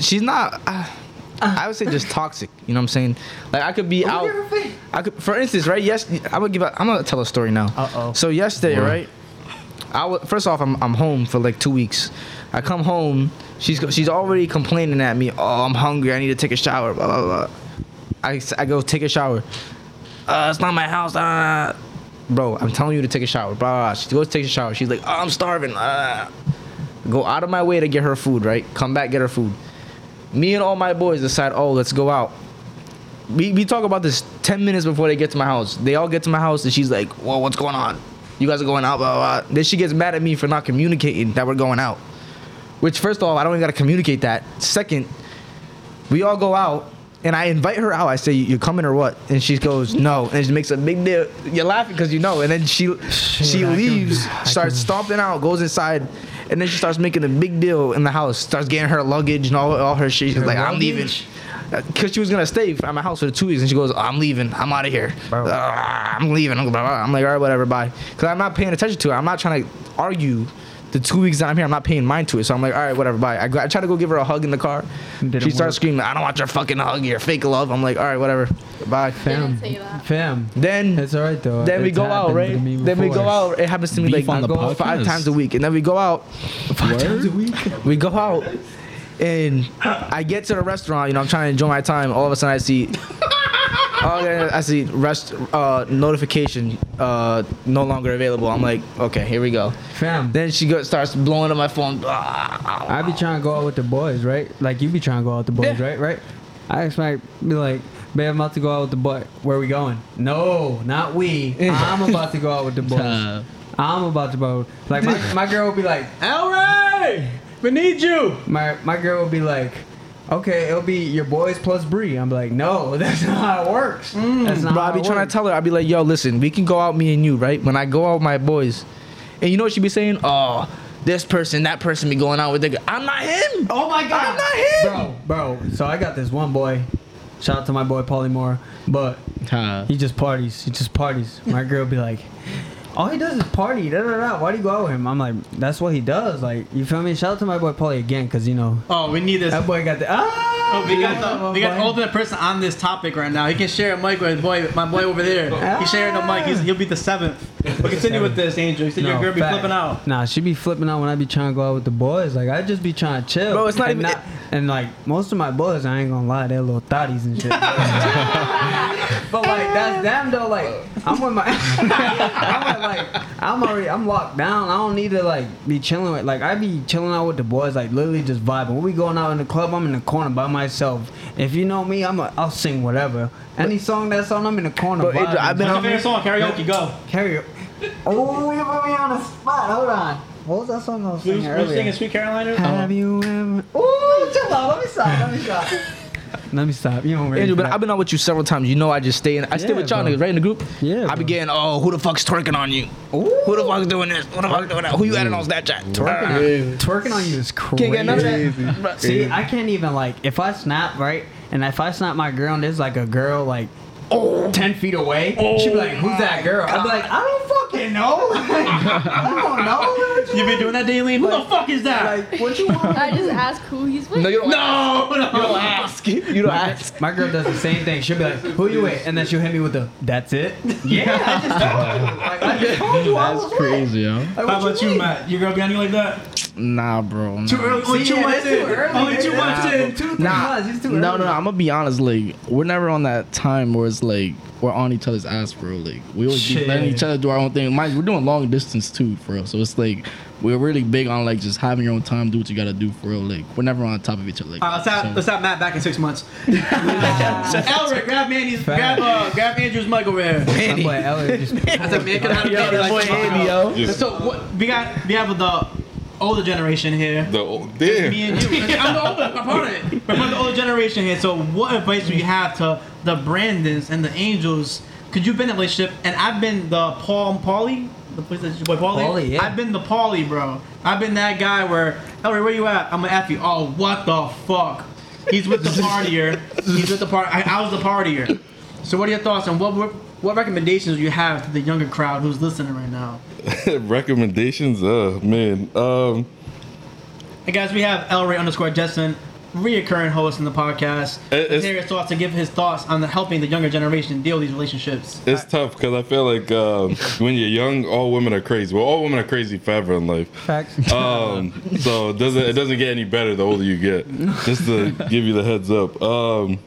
she's not. Uh, I would say just toxic. You know what I'm saying? Like I could be out. I could, for instance, right? Yes, I'm gonna give. A, I'm gonna tell a story now. Uh-oh. So yesterday, right? I was first off, I'm, I'm home for like two weeks. I come home, she's go- she's already complaining at me. Oh, I'm hungry. I need to take a shower. Blah blah blah. I, s- I go take a shower. Uh, it's not my house. Uh. Bro, I'm telling you to take a shower. Blah, blah, blah. She goes to take a shower. She's like, oh, I'm starving. Uh. Go out of my way to get her food, right? Come back, get her food. Me and all my boys decide, oh, let's go out we, we talk about this 10 minutes before they get to my house. They all get to my house and she's like, Whoa, what's going on? You guys are going out, blah, blah, blah. Then she gets mad at me for not communicating that we're going out. Which, first of all, I don't even gotta communicate that. Second, we all go out and I invite her out. I say, You coming or what? And she goes, No. And she makes a big deal. You're laughing because you know. And then she she I can- leaves, I starts can- stomping out, goes inside. And then she starts making a big deal in the house. Starts getting her luggage and all, all her shit. She's Her like, I'm luggage? leaving. Uh, Cause she was gonna stay at my house for two weeks, and she goes, "I'm leaving. I'm out of here. Bro. Uh, I'm leaving." I'm like, "All right, whatever, bye." Cause I'm not paying attention to it. I'm not trying to argue. The two weeks that I'm here, I'm not paying mind to it. So I'm like, "All right, whatever, bye." I, go, I try to go give her a hug in the car. Didn't she starts work. screaming, "I don't want your fucking hug. Your fake love." I'm like, "All right, whatever, bye." Didn't Fam. say that. Fam. Then It's alright though. then we It's go out, happened right? to me Then we go before. out. It happens to me like Beef on I the go out five podcast? times a week, and then we go out Five times a week. we go out and I get to the restaurant, you know, I'm trying to enjoy my time. All of a sudden I see okay, I see rest uh, notification uh, no longer available. I'm like, okay, here we go. Fam. Then she go, starts blowing up my phone. Ah, I be trying to go out with the boys, right? Like you be trying to go out with the boys, Yeah. right? Right? I expect be like, man, I'm about to go out with the boy. Where we going? No, not we. I'm about to go out with the boys. Uh, I'm about to go. Like my, my girl will be like, Elray! We need you! my my girl will be like, okay, it'll be your boys plus Bree. I'm like, no, that's not how it works. Mm. that's not. Bro, how I be it trying to works. tell her, I'll be like, yo, listen, we can go out, me and you, right? When I go out with my boys, and you know what she be saying? Oh, this person, that person be going out with the g-" I'm not him. Oh my I'm god, not him. bro, bro. So I got this one boy. Shout out to my boy Paulie Moore, but uh, He just parties. He just parties. My girl be like, all he does is party. Da, da, da. Why do you go out with him? I'm like, that's what he does. Like, you feel me? Shout out to my boy Paulie again, cause you know Oh, we need this. that boy got the ah. Oh, we got the we got the ultimate person on this topic right now. He can share a mic with boy, my boy over there. He's sharing a mic. He's, he'll be the seventh. We'll continue with this, Angel. You said your girl be fact. flipping out. Nah, she be flipping out when I be trying to go out with the boys. Like I just be trying to chill. Bro, it's not and even- and like most of my boys, I ain't gonna lie, they're little thotties and shit. but like that's them though. Like I'm with my, I'm with, like I'm already I'm locked down. I don't need to like be chilling with. Like I be chilling out with the boys. Like literally just vibing. When we going out in the club, I'm in the corner by myself. If you know me, I'm a, I'll sing whatever. Any song that's on, I'm in the corner. But it- vibing. I've been What's out your favorite song? Karaoke, go. Carry it. Oh, you put me on the spot. Hold on. What was that song I was We was, singing we was singing earlier? Sweet Carolina. Have you ever? Oh, chill out. Let me stop. Let me stop. let me stop. You don't really. Andrew, but I've been out with you several times. You know, I just stay in. I stay Yeah, with y'all bro. niggas, right in the group. Yeah, I be bro. getting, oh, who the fuck's twerking on you? Who the fuck's doing this? Who the fuck's doing that? Who you adding on Snapchat? twerking, Ah. on, twerking on you is crazy. Can't get none of that. See, I can't even like if I snap right and if I snap my girl and there's like a girl like ten feet away, she'd be like, "Who's that girl?" I'd be like, "I don't fucking know. I don't know." What You been doing that, Daleen? Who the fuck is that? Like, what you want? I just ask who he's with. No, you don't. no, no. ask. You don't ask. My girl does the same thing. She'll be like, "Who you with?" And then she'll hit me with the, "That's it." Yeah, I just told you. Like, I just told you. I was That's crazy, yo. Like, How what about you, mean? Matt? Your girl behind you like that? Nah, bro. Nah. Too early. Only two See, Oh, yeah, months that's too in. early, Only dude. two months Nah. in. Two, three Nah, months. It's too no, early. no, no. I'm gonna be honest. Like, we're never on that time where it's like we're on each other's ass, bro. Like, we always be letting Shit. each other do our own thing. Mind, you, we're doing long distance too, for real. So it's like we're really big on like just having your own time, do what you gotta do, for real. Like, we're never on top of each other. Like, Uh, let's, so- have, let's have Matt back in six months. Elric, grab Mandy's, grab, uh, grab Andrew's mic over here. My boy Elliot just That's a man. Could have Yo, that boy Andy, yo. So what, we got we have the older generation here. The old, damn. Me and you. I'm the older. I'm part of it. We're from the older generation here. So what advice do you have to the Brandons and the Angels? Because you've been in a relationship, and I've been the Paul Paulie. The place that your boy Paulie. Paulie, yeah. I've been the Paulie, bro. I've been that guy where, Ellery, where you at? I'm gonna F you. Oh, what the fuck? He's with the partier. He's with the part. I, I was the partier. So what are your thoughts and what what recommendations do you have to the younger crowd who's listening right now? recommendations uh man um Hey guys, we have Elray underscore Justin, reoccurring host in the podcast. Let's It- Uh, it's- hear his thoughts and give his thoughts on the helping the younger generation deal with these relationships. it's tough because i feel like um when you're young all women are crazy well all women are crazy forever in life facts. um so it doesn't it doesn't get any better the older you get just to give you the heads up um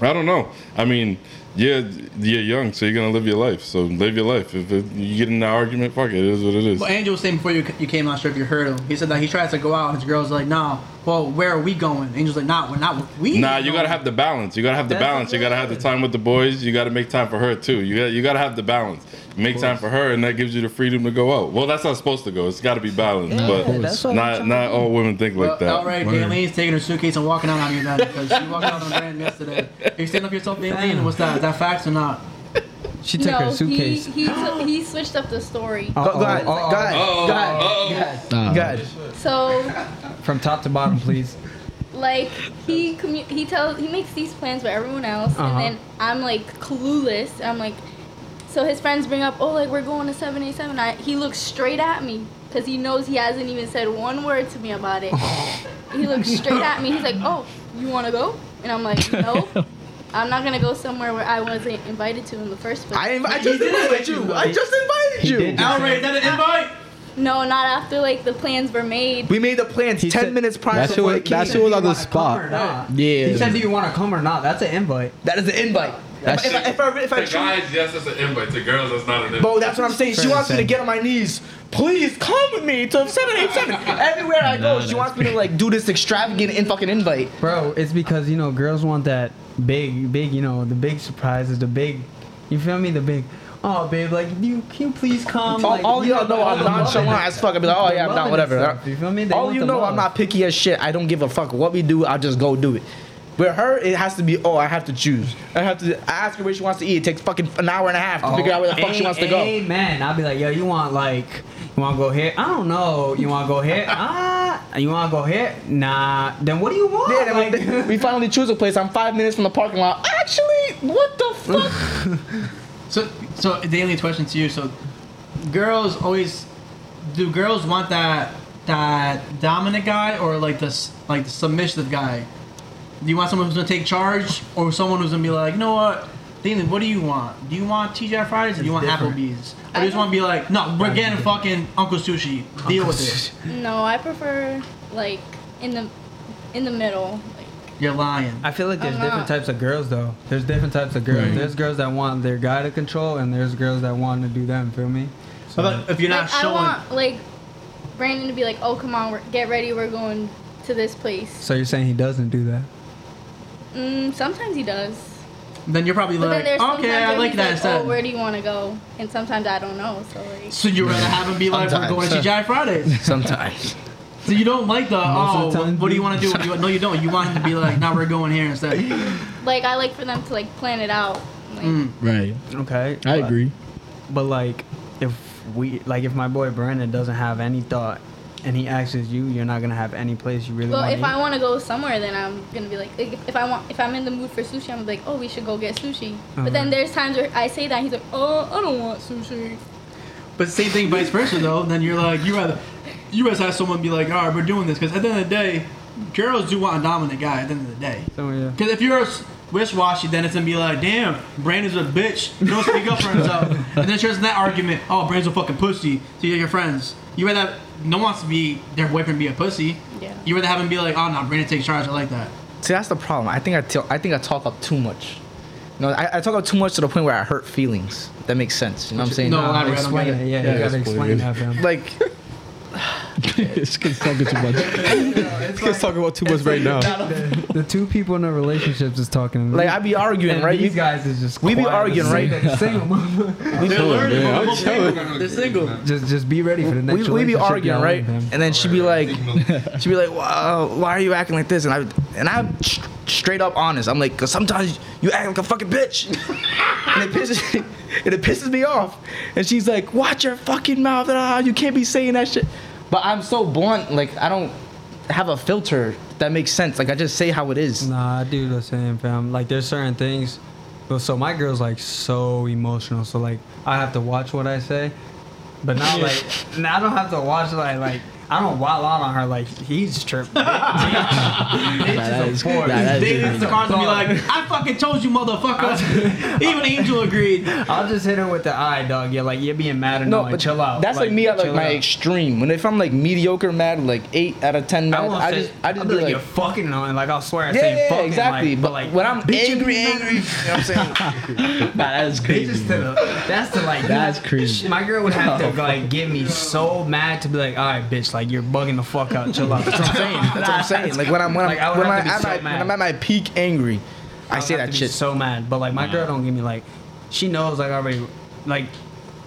i don't know i mean yeah you're young so you're gonna live your life so live your life if it, you get in an argument fuck it, it is what it is Well, Angel was saying before you, you came, I'm not sure if you heard him. He said that he tries to go out, and his girl's like, "No, well, where are we going?" Angel's like, "Nah, we're not. We." Nah, you gotta have the balance. You gotta have the That's balance. You gotta have the time with the boys. You gotta make time for her too. You got you gotta have the balance. Make time for her, and that gives you the freedom to go out. Well, that's not supposed to go. It's gotta be balanced, that's but what not I'm not all women think like that. Alright, Dalene's taking her suitcase and walking out on you then because she walked out on Brand yesterday. Are you standing up for yourself, Dalene? What's that? Is that facts or not? She took her suitcase. He, he, took, he switched up the story. Uh-oh, uh-oh. Oh, Nah. Good. So From top to bottom, please. like he commu- he tells he makes these plans with everyone else Uh-huh. and then i'm like clueless i'm like so his friends bring up oh like we're going to 787 I, he looks straight at me because he knows he hasn't even said one word to me about it he looks straight at me he's like oh you want to go and i'm like no i'm not going to go somewhere where i wasn't invited to in the first place I, inv- I just invited you. I just invited you. did. Alright, is that an invite? no not after like the plans were made We made the plans ten said- minutes prior That to shit was- the that key. shit was on the Or spot. not. He Yeah. says, "Do you want to come or not?" That's an invite. That is the invite. That's- if, I, if I if I To choose- guys, yes, that's an invite. To girls, that's not an invite. Bro, that's what I'm saying. She wants me to get on my knees. Please come with me to 787. Everywhere I go, she wants me to like do this extravagant in fucking invite. Bro, it's because you know girls want that big, big, you know, the big surprises, the big, you feel me, the big. Oh, babe, like, do you can you please come? All, like, all you y'all know I'm the love in nonchalant it. as fuck. I be like, oh They're yeah, I'm down, loving whatever. themselves, you feel me? They all want you the know, love. I'm not picky as shit. I don't give a fuck what we do. I'll just go do it. With her, it has to be. Oh, I have to choose. I have to. I ask her where she wants to eat. It takes fucking an hour and a half to Oh. figure out where the fuck she wants to go. Amen. I'll be like, yo, you want like, you want to go here? I don't know. You want to go here? Ah, you want to go here? Nah. Then what do you want? Yeah, like, then we, we finally choose a place. I'm five minutes from the parking lot. Actually, what the fuck? So, so daily question to you. So, girls always do. Girls want that that dominant guy or like this like the submissive guy. Do you want someone who's gonna take charge or someone who's gonna be like, you know what, Daily, what do you want? Do you want TGI Fridays or do you want different. Applebee's? I just want to be like, no, we're getting fucking Uncle Sushi. Deal with it. no i prefer like in the in the middle like You're lying. I feel like there's I'm different not. types of girls though. There's different types of girls. Right. There's girls that want their guy to control, and there's girls that want to do them. Feel me? So But if you're not like, showing, I want like Brandon to be like, "Oh, come on, we're, get ready, we're going to this place." So you're saying he doesn't do that? Mm, sometimes he does, then you're probably but like, then there's sometimes okay, I where like he's that instead. Oh, where do you want to go? And sometimes I don't know. So like, so you'd rather have him be like, we're going to TGI Fridays. Sometimes. So you don't like the oh, of the time, what, what do you want to do? What do you, no, you don't. You want him to be like, now we're going here instead. like I like for them to like plan it out. Like, Mm. Right. Okay. I but- agree. But like, if we like, if my boy Brandon doesn't have any thought and he axes you, you're not gonna have any place you really Well, want if to I want to go somewhere, then I'm gonna be like, like, if I want, if I'm in the mood for sushi, I'm gonna be like, oh, we should go get sushi. But Uh-huh. then there's times where I say that he's like, oh, I don't want sushi. But same thing, vice versa though. Then you're like, you rather, you rather have someone be like, all right, we're doing this because at the end of the day, girls do want a dominant guy. At the end of the day, So, yeah. because if you're wish washy, then it's gonna be like, damn, Brandon's a bitch. He don't speak up for himself. and then there's that argument. Oh, Brandon's a fucking pussy. So you're your friends. You rather no one wants to be their boyfriend be a pussy. Yeah. You rather have him be like, oh no, Brandon takes charge. I like that. See, that's the problem. I think I tell, I think I talk up too much. No, I, I talk up too much to the point where I hurt feelings. If That makes sense. You know what I'm saying? No, I read Explain them. it. Yeah, Yeah, you gotta explain explain it. that for him. Like, it's because talking too much. Let's talk about too much right now. The two people in the relationships is talking. like I be arguing, and right? These You- guys is just we be quiet. arguing, right? Single, motherfucker. They're learning. man. I'm They're telling single. They're single. just just be ready for the we, next. we be relationship arguing, y'all right? in, fam. And then she be like, she be like, wow, why are you acting like this? And I and I'm sh- straight up honest. I'm like, cause sometimes you act like a fucking bitch, and it pisses and it pisses me off. And she's like, watch your fucking mouth. Ah, you can't be saying that shit. But I'm so blunt, like I don't have a filter that makes sense. Like I just say how it is. Nah, I do the same, fam. Like there's certain things. But so my girl's like so emotional, so like I have to watch what I say. But not like now I don't have to watch like like I don't wild out on her like he's tripping. that is, nah, that They is hit the cars and be like, I fucking told you, motherfucker. Even Angel agreed. I'll just hit her with the eye, dog. Yeah, like you're being mad No, annoying. but chill out. That's like, me at like chill my out. extreme. When if I'm like mediocre mad, like eight out of ten I mad, won't I, say, just I just I'll be like, you're fucking annoying. Like I'll swear I yeah, say yeah, fucking. exactly. Like, but, like when I'm bitch, you angry, be mad? angry, you know what I'm saying? Nah, that is They crazy. just to the, that's Oh, the like That's crazy. My girl would have to like get me so mad to be like, all right, bitch, like you're bugging the fuck out. Chill out. That's what I'm saying. That's what I'm saying. Like when I'm when I'm Like, I would when, have I, to be am so at, mad. when I'm at my peak angry, I, say that shit. So mad, but like my girl don't give me like. She knows like already, like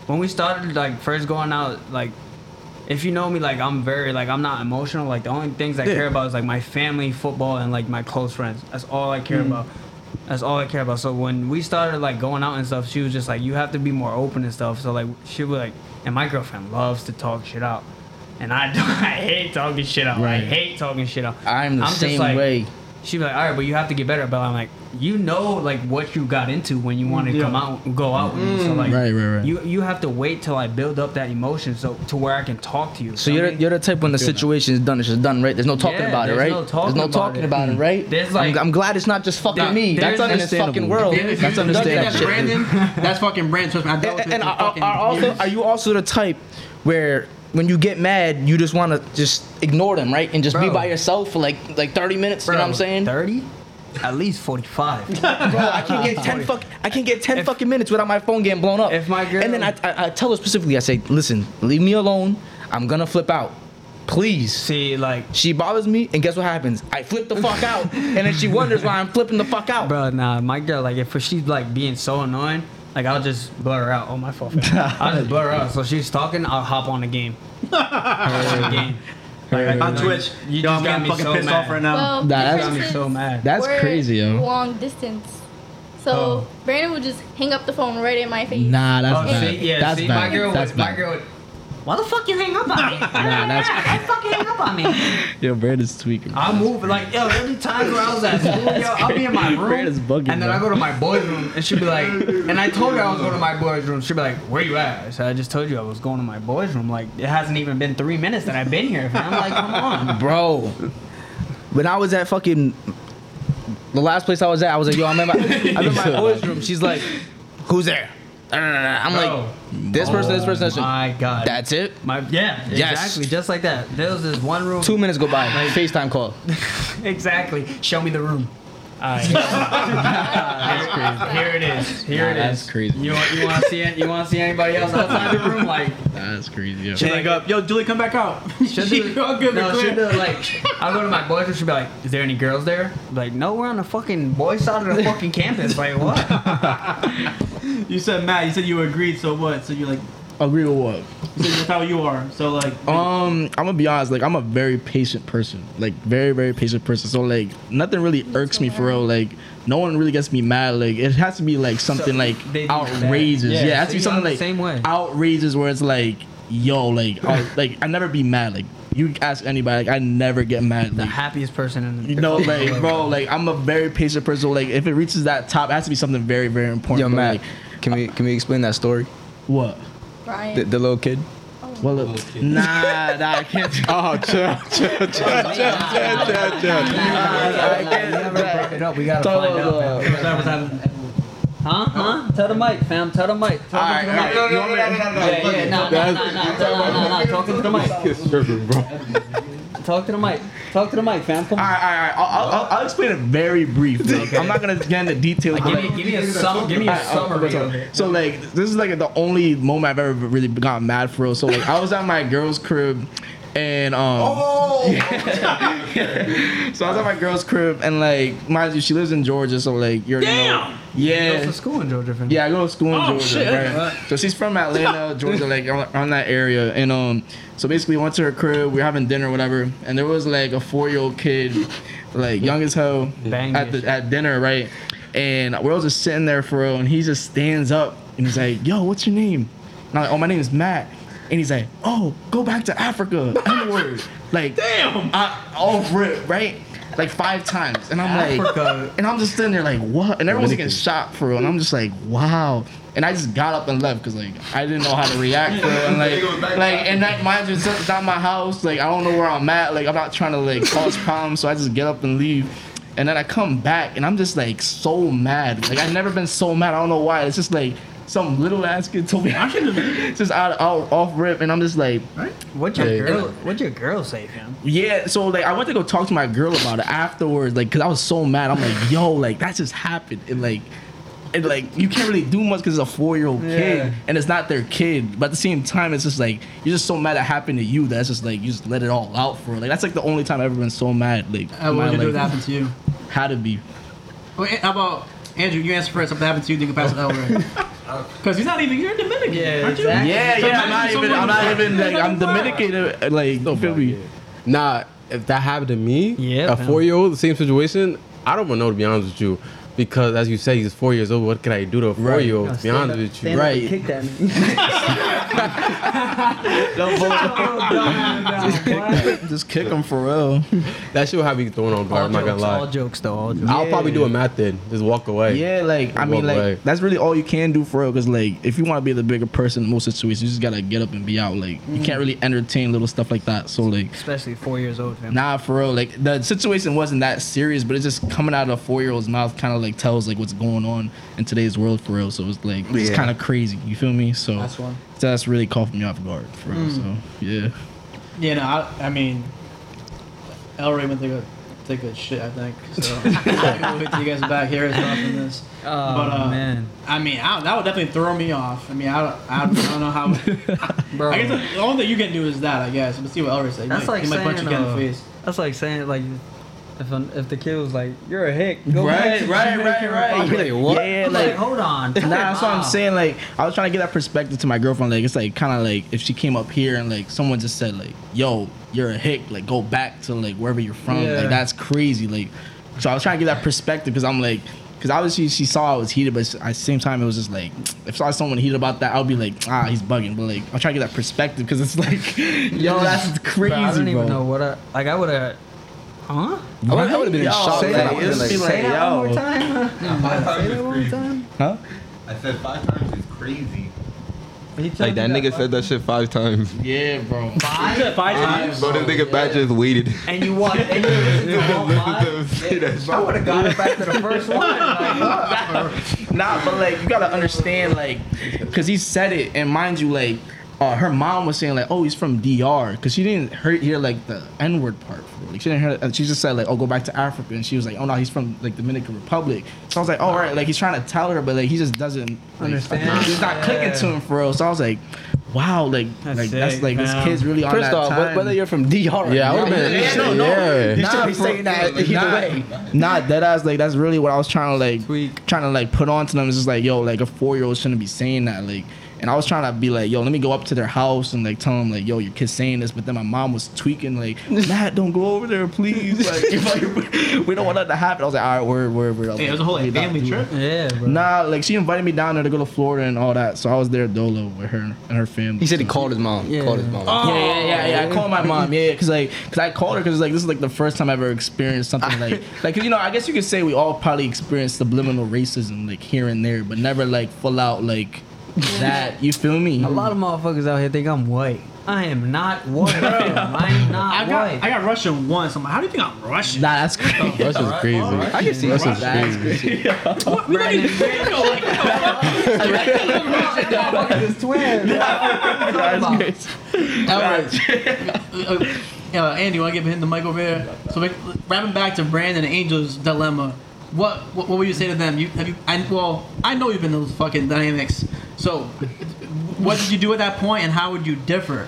when we started like first going out like. If you know me, like I'm very like I'm not emotional. Like the only things I care about is like my family, football, and like my close friends. That's all I Mm. care about. That's all I care about. So when we started like going out and stuff, she was just like, "You have to be more open and stuff." So like she was like, and my girlfriend loves to talk shit out, and I do, I hate talking shit out. I Right. hate talking shit out. I'm the just same like- way. She'd be like, all right, but you have to get better. But I'm like, you know, like what you got into when you want to come out, go out. with me. Mm. So like, Right, right, right. You you have to wait till I build up that emotion, so to where I can talk to you. So you're I the, you're the type when the situation is done, it's just done, right? There's no talking Yeah, about it, there's right? no talking there's no about talking it. Hmm. about it, right? There's, I'm- like- I'm, glad it's not just fucking That- me. there's- That's in this fucking understandable. world. Yeah, if That's you- That's understandable. Brandon. That's fucking Brandon. Trust me, I dealt And, with and it are, for fucking are also years. are you also the type where when you get mad, you just want to just ignore them, right? And just be Bro. by yourself for like like 30 minutes. you know what I'm saying? Thirty, at least forty-five. Bro, I can't get ten fuck. I can't get ten If- fucking minutes without my phone getting blown up. If my girl- and then I, I, I tell her specifically, I say, listen, leave me alone. I'm gonna flip out, please. See, like, She bothers me, and guess what happens? I flip the fuck out, and then she wonders why I'm flipping the fuck out. bro, nah, my girl, like, if she's like being so annoying, like I'll just blur her out. Oh my fault. fam. I'll just blur her out. So she's talking, I'll hop on the game. Her game. Like, on like, Twitch. you Yo, just I'm got getting me fucking so pissed mad. off right now. Well, Nah, that's- difference Got me so is mad. That's we're crazy, yo. Long distance. So Oh. Brandon would just hang up the phone right in my face. Nah, that's Oh, bad. see, yeah, that's see, bad. my girl, that's would, my bad. girl would. Why the fuck you hang up on me? Nah, that's- I fucking hang up on me. Yo, Brandon's tweaking. I move like yo. There'll be times where I was at school, yo. I'll be in my room, Brand is bugging, and then I bro. go to my boy's room, and she'd be like, and I told her I was going to my boy's room. She'd be like, where you at? I said, I just told you I was going to my boy's room. Like it hasn't even been three minutes that I've been here. And I'm like, come on. Bro, when I was at fucking the last place I was at, I was like, yo, I'm in my, I'm in my boys' room. She's like, who's there? Nah, nah, nah, nah. I'm Bro. like, this person, this person, this person. Oh My God. That's it. my yeah. Yes. Exactly. Just like that. There was this one room. Two minutes go by. FaceTime call. Exactly. Show me the room. All right. Here it is. Here Nah, it is. that's crazy. You want you want to see it? You want to see anybody else outside the room? Like That's crazy, yo. Should Hang up. Yo, Julie, come back out. she'll She do, all good and no, she'll do clear. it like I'll go to my boys and she'll be like, "Is there any girls there?" I'm like, no, we're on the fucking boys side of the fucking campus. Like what? You said Matt. You said you agreed. So what? So you're like, Agree with what? so that's how you are. So like, Um, I'm gonna be honest. Like, I'm a very patient person. Like, very, very patient person. So, like, nothing really irks me for real. Like, no one really gets me mad. Like, it has to be like something like they do that. outrageous. Yeah, Yeah, it has to see, be something I'm the like same way. outrageous where it's like, yo, like, I, like I never be mad. Like, you ask anybody, like I never get mad. The Like, happiest person in the you know, like bro, like I'm a very patient person. Like if it reaches that top, it has to be something very, very important. Yo, bro. Matt, Like, can we can we explain that story? what? Brian. The, the little kid. Well, it, nah, nah, I can't. Oh, chill, chill, chill, chill, chill, chill, chill. Wrap it up. We gotta Tell find us, out. uh, fam. Huh? Huh? Tell the mic, fam. Tell the mic. Tell them to the mic. No, no, no, no, no, no. Yeah, yeah, nah, nah, nah, nah, tell- nah, nah, nah, talk to the mic. Talk to the mic. Talk to the mic, fam. Come All on. right, all right, all right. I'll, I'll, I'll explain it very brief. Like, I'm not gonna get into details. but, Give me, give me a sum. Give me a summary of it. So like this is like the only moment I've ever really gotten mad for. So like I was at my girl's crib and um Oh! So I was at my girl's crib and like mind you she lives in Georgia so like you're know, Goes yeah to school in Georgia. fam. yeah, I go to school in Georgia. Right? So she's from Atlanta, Georgia, like on, on that area. And um, so basically, went to her crib. We were having dinner, whatever. And there was like a four-year-old kid, like young as hell, Banging at that the, at dinner, right? And we're all just sitting there for real. And he just stands up and he's like, "Yo, what's your name?" And I'm like, "Oh, my name is Matt." And he's like, "Oh, go back to Africa." N word. Like, damn. I, off rip, right? Like five times. And I'm like. Africa. And I'm just sitting there like, what? And everyone's getting shot for real. And I'm just like, wow. And I just got up and left because like I didn't know how to react for real. And like, like and that mind you, it's not- it's not my house. Like I don't know where I'm at. Like I'm not trying to like cause problems. So I just get up and leave. And then I come back and I'm just like so mad. Like I've never been so mad. I don't know why. It's just like some little ass kid told me I should have just out, out off rip. And I'm just like, What your Yeah. girl? What your girl say, fam? yeah, so like I went to go talk to my girl about it afterwards, like, cause I was so mad. I'm like, yo, like that just happened, and like, and like you can't really do much because it's a four year old Yeah. kid, and it's not their kid. But at the same time, it's just like you're just so mad it happened to you. That's just like you just let it all out for it. like that's like the only time I've ever been so mad. Like Uh, in what my would you do if life. that happened to you? had to be. Well, eh, how about Andrew? You answer first. Something happened to you, then you can pass it over. Because he's not even. You're Dominican, Yeah, aren't you? exactly. Yeah, So yeah. I'm imagine not even. someone- I'm not even like I'm Fuck. Dominican. uh, Like don't feel me. Nah, if that happened to me, Yeah, a fam. four year old, the same situation, I don't even know to be honest with you. Because as you say, he's four years old. What can I do to a four year old? To be honest with you, up and Right. Kick that. Just kick them for real. that shit will have me thrown on guard. I'm not gonna lie. all jokes though. All jokes. I'll probably do a math then. Just walk away. Yeah, like I Walk mean, like away. that's really all you can do for real. Cause like if you want to be the bigger person in most situations, you just gotta get up and be out. Like you can't really entertain little stuff like that. So like, Especially four years old, fam. nah, for real. Like the situation wasn't that serious, but it's just coming out of a four year old's mouth, kind of like tells like what's going on in today's world for real. So it's like it's kind of crazy. You feel me? So that's, one. really caught me off guard for real. So yeah. Yeah, no, I, I mean, El Ray went to take a shit, I think. So we'll hit you guys back here as often as. Oh But, uh, man, I mean, I, that would definitely throw me off. I mean, I don't, I don't, I don't know how. bro. I guess the only thing you can do is that, I guess. But see what El Ray said. He That's might- like he might punch you saying, again in the uh, face. That's like saying like, if an, if the kid was like, "You're a hick," go back Right, to right, Jamaican right, right. Republic. You're like, what? Yeah, I'm like, like- hold on. Nah, that's what I'm Wow. saying. Like, I was trying to get that perspective to my girlfriend. Like, it's like kind of like if she came up here and like someone just said like, "Yo, you're a hick," like go back to like wherever you're from. Yeah. Like that's crazy. Like, so I was trying to get that perspective because I'm like, because obviously she saw I was heated, but at the same time it was just like, if I saw someone heated about that, I'll be like, ah, he's bugging. But like, I'm trying to get that perspective because it's like, yo, that's crazy, Bro, I don't bro. even know what I like. I would have. Huh? I would, I would have been in Yo, shock. say like, that. I'd be It's- like, Like, Say that one yo. more time. Say that one more time. Huh? I said five times is crazy. He told Like that you nigga said that shit five times. Yeah, bro. Five times. Bro, this nigga Bat just waited. And you want and you listen to all five. Say that I shit. would have got it back to the first one. Like, Nah, but like you gotta understand, like, cause he said it, and mind you, like, uh, her mom was saying like, oh, he's from DR, cause she didn't hear, hear like the N word part. Like she didn't hear, and she just said like, oh, go back to Africa, and she was like, oh no, he's from like Dominican Republic. So I was like, oh, all right, like he's trying to tell her, but like he just doesn't like, Understand. He's not clicking to him for real. So I was like, wow, like, That's like that's sick, like this man. kid's really on First that off, time. wh- whether you're from DR, or Yeah, I not, would have been. Yeah, no, no. Yeah. You should be saying that either way. Nah, that ass like that's really what I was trying to like Tweak. trying to like put on to them. It's just like, yo, like a four year old shouldn't be saying that. Like And I was trying to be like, yo, let me go up to their house and like tell them like, yo, your kid's saying this. But then my mom was tweaking like, Matt, don't go over there, please. Like, if I- we don't want that to happen. I was like, all right, word, word, word. I Hey, it was a whole "Let like, me not family do trip. it." Yeah, bro. Nah, like she invited me down there to go to Florida and all that. So I was there dolo with her and her family. He said he called his mom. Yeah. Called his mom. Yeah, yeah, yeah, yeah. I called my mom. Yeah, because like, cause I called her because like this is like the first time I ever experienced something like, like 'cause, you know I guess you could say we all probably experienced subliminal racism like here and there, but never like full out like that. You feel me? A lot of motherfuckers out here think I'm white. I am not white. I am not I got white. I got Russian once. I'm like, how do you think I'm Russian? Nah, that's crazy. That's just crazy. I can see That's just Russian. That's crazy. What? We like, you know, like, It's twin. That's crazy. uh, uh, Andy, want to get behind the mic over here? So, like, wrapping back to Brandon and Angel's dilemma, what what, what would you say to them? You have you? I, well, I know you've been in those fucking dynamics. So, what did you do at that point, and how would you differ?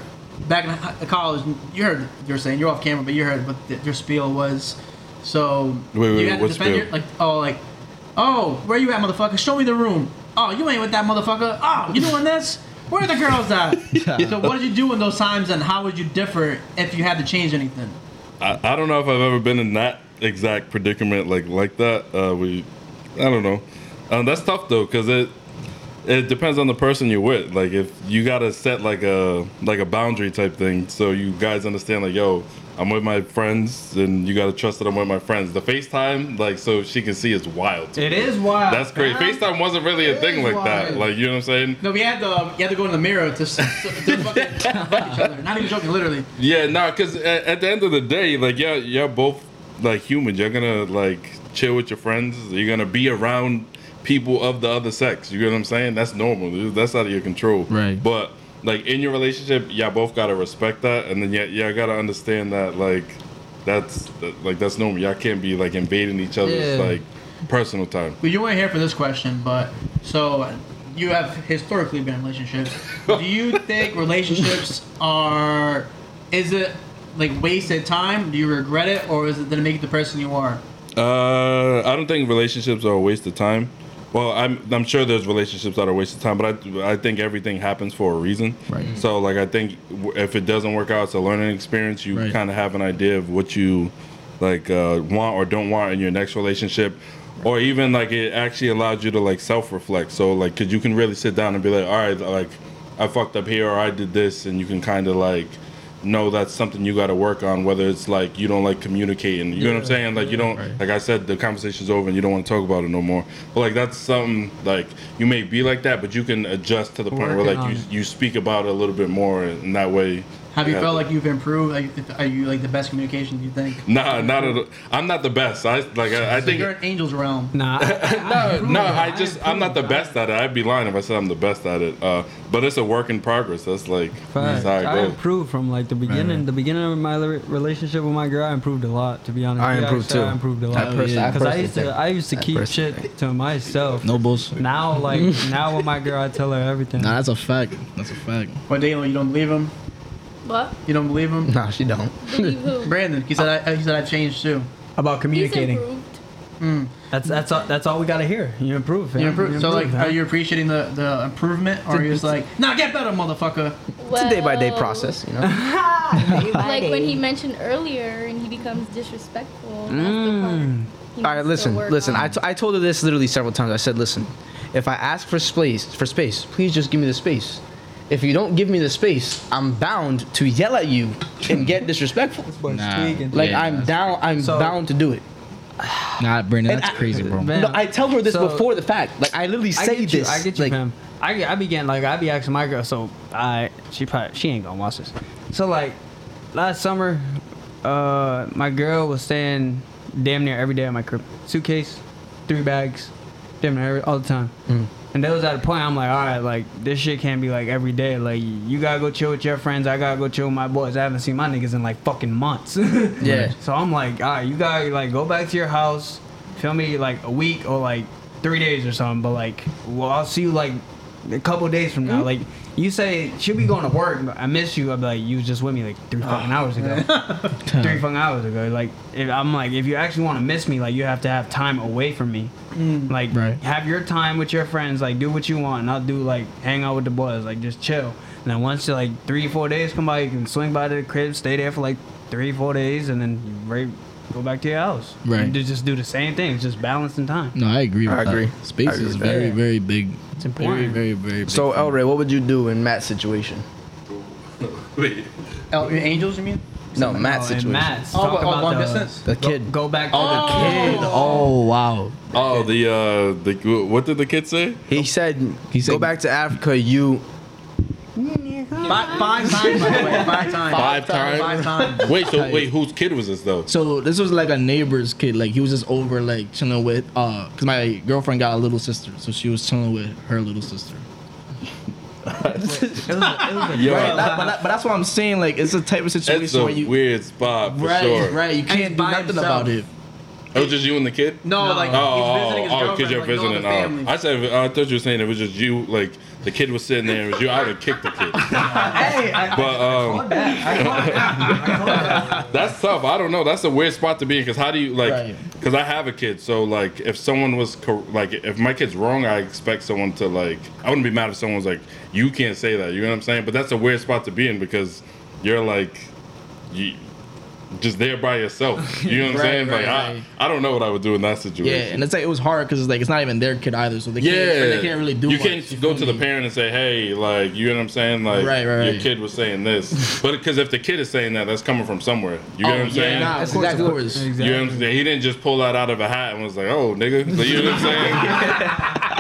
Back in hi- college, you heard you're saying you're off camera, but you heard what the, your spiel was. So Wait, wait, you had to what defend spiel? your like oh like oh where you at motherfucker? Show me the room. Oh you ain't with that motherfucker. Oh you doing this? Where the girls at? so what did you do in those times, and how would you differ if you had to change anything? I, I don't know if I've ever been in that exact predicament like like that. Uh, we, I don't know. Um, that's tough though, cause it it depends on the person you're with. Like if you gotta set like a like a boundary type thing, so you guys understand like yo, I'm with my friends, and you gotta trust that I'm with my friends. The FaceTime like so she can see is wild. to It me. is wild. That's crazy. FaceTime wasn't really a thing like that. Like you know what I'm saying? No, we had to you had to go in the mirror to, s- to fucking fuck each other. Not even joking, literally. Yeah, no, because at, at the end of the day, like, yeah, you're both like humans. You're gonna like chill with your friends. You're gonna be around people of the other sex. You get what I'm saying? That's normal. That's out of your control. Right. But like in your relationship, y'all both gotta respect that, and then yeah, yeah, gotta understand that like that's like that's normal. Y'all can't be like invading each other's Yeah. like personal time. But you weren't here for this question, but so you have historically been in relationships. Do you think relationships are is it like wasted time? Do you regret it, or is it gonna make you the person you are? Uh, I don't think relationships are a waste of time. Well, I'm I'm sure there's relationships that are a waste of time, but I I think everything happens for a reason. Right. So like I think w- if it doesn't work out, it's a learning experience. You Right. kind of have an idea of what you like uh, want or don't want in your next relationship, or even like it actually allowed you to like self reflect. So like, cause you can really sit down and be like, all right, like I fucked up here or I did this, and you can kind of like know that's something you got to work on. Whether it's like you don't like communicating, you know what I'm saying? Like you don't like I said, the conversation's over and you don't want to talk about it no more. But like that's something like you may be like that, but you can adjust to the point where Working like you on it. you speak about it a little bit more, and that way. Have you Yeah. felt like you've improved? Like, are you like the best communication? Do you think? Nah, not at all. I'm not the best. I like I, I think you're in Angel's realm. Nah. No, no, I just I'm not the best at it. I'd be lying if I said I'm the best at it. Uh, but it's a work in progress. That's like Facts. that's how it I goes. improved from like the beginning. The beginning of my re- relationship with my girl, I improved a lot. To be honest, I Yeah, improved actually, I too. improved a I lot. pers- I Because I personally used to, think- I used to I keep personally shit to myself. No bullshit. Nah, Now, like now with my girl, I tell her everything. that's a fact. That's a fact. But Daniel, you don't believe him. What? You don't believe him. Nah, she don't. Believe who? Brandon, he said I, he said I changed too. About He's communicating. improved. That's that's all, that's all we gotta hear. You improve. fam. You improved. So like, fam. are you appreciating the the improvement, or are you just like, nah, get better, motherfucker? It's a day by day Well, process, you know. Like when he mentioned earlier, and he becomes disrespectful. Mm. All right, listen, listen. I, t- I told her this literally several times. I said, listen, if I ask for space, for space, please just give me the space. If you don't give me the space, I'm bound to yell at you and get disrespectful. But it's Nah. tweaking. Like Yeah, I'm that's- down, I'm So- bound to do it. Nah, Brandon, And that's I- crazy, bro. Man, No, I tell her this so- before the fact. Like I literally I say get you, this. I get you, like, fam. I, get- I began like I be asking my girl, so I she probably she ain't gonna watch this. So like last summer, uh, my girl was staying damn near every day at my crib. Suitcase, three bags, damn near every, all the time. Mm. And that was at a point I'm like, all right, like this shit can't be like every day. Like you gotta go chill with your friends. I gotta go chill with my boys. I haven't seen my niggas in like fucking months. Yeah. So I'm like, all right, you gotta like go back to your house. Feel me like a week or like three days or something. But like, well, I'll see you like a couple days from now. Like, You say she'll be going to work, but I miss you. I'd be like, you was just with me like three fucking hours ago. three fucking hours ago. Like, if I'm like, if you actually want to miss me, like, you have to have time away from me. Like, Right. have your time with your friends. Like, do what you want. And I'll do like hang out with the boys. Like, just chill. And then once like three, four days come by, you can swing by to the crib, stay there for like three, four days, and then you right, go back to your house. Right. And just just do the same thing. It's just balancing time. No, I agree. With I that. agree. Space I agree is with very, that. very big. It's important. Very, very, very. Big So El Ray, what would you do in Matt's situation? Wait. Oh, your angels, you mean? No, Matt's Oh, and situation. Matt's Oh, talk but- oh, about long the, distance? The go- kid. Go, back. to Oh, the kid. Oh, wow. Oh, the uh, the what did the kid say? He said, He said- "Go back to Africa, you." Five, five times, by the way. Five times. Five Five times. times. Wait, so wait, whose kid was this though? So this was like a neighbor's kid. Like he was just over, like chilling with, uh, cause my girlfriend got a little sister, so she was chilling with her little sister. Yo, Right, that- but, that- but that's what I'm saying. Like it's a type of that's situation a where you, weird spot for right, sure. right, you he's can't do by nothing himself. about it. It was just you and the kid. No, like he's Oh, visiting his oh, girlfriend. because you're like, visiting. No, the family. oh. I said, I thought you were saying it was just you. Like the kid was sitting there, it was you. I would have kicked the kid. Hey, I, But um, that's tough. I don't know. That's a weird spot to be in because how do you like? Right. Because I have a kid, so like if someone was cor- like if my kid's wrong, I expect someone to like. I wouldn't be mad if someone was like, "You can't say that." You know what I'm saying? But that's a weird spot to be in because you're like, you just there by yourself. You know what I'm Right, saying? Like right, right. I, I don't know what I would do in that Yeah, situation. and it's like it was hard because like it's not even their kid either, so they Yeah, can't, they can't really do. You much, can't you go feel to the me? parent and say, "Hey, like, you know what I'm saying? Like, Right, right, your right. kid was saying this." but because if the kid is saying that, that's coming from somewhere. You know Oh, what I'm yeah, saying? nah, of That's course, exactly of what- course. You know what I'm saying? He didn't just pull that out of a hat and was like, "Oh, nigga." Like, you know what I'm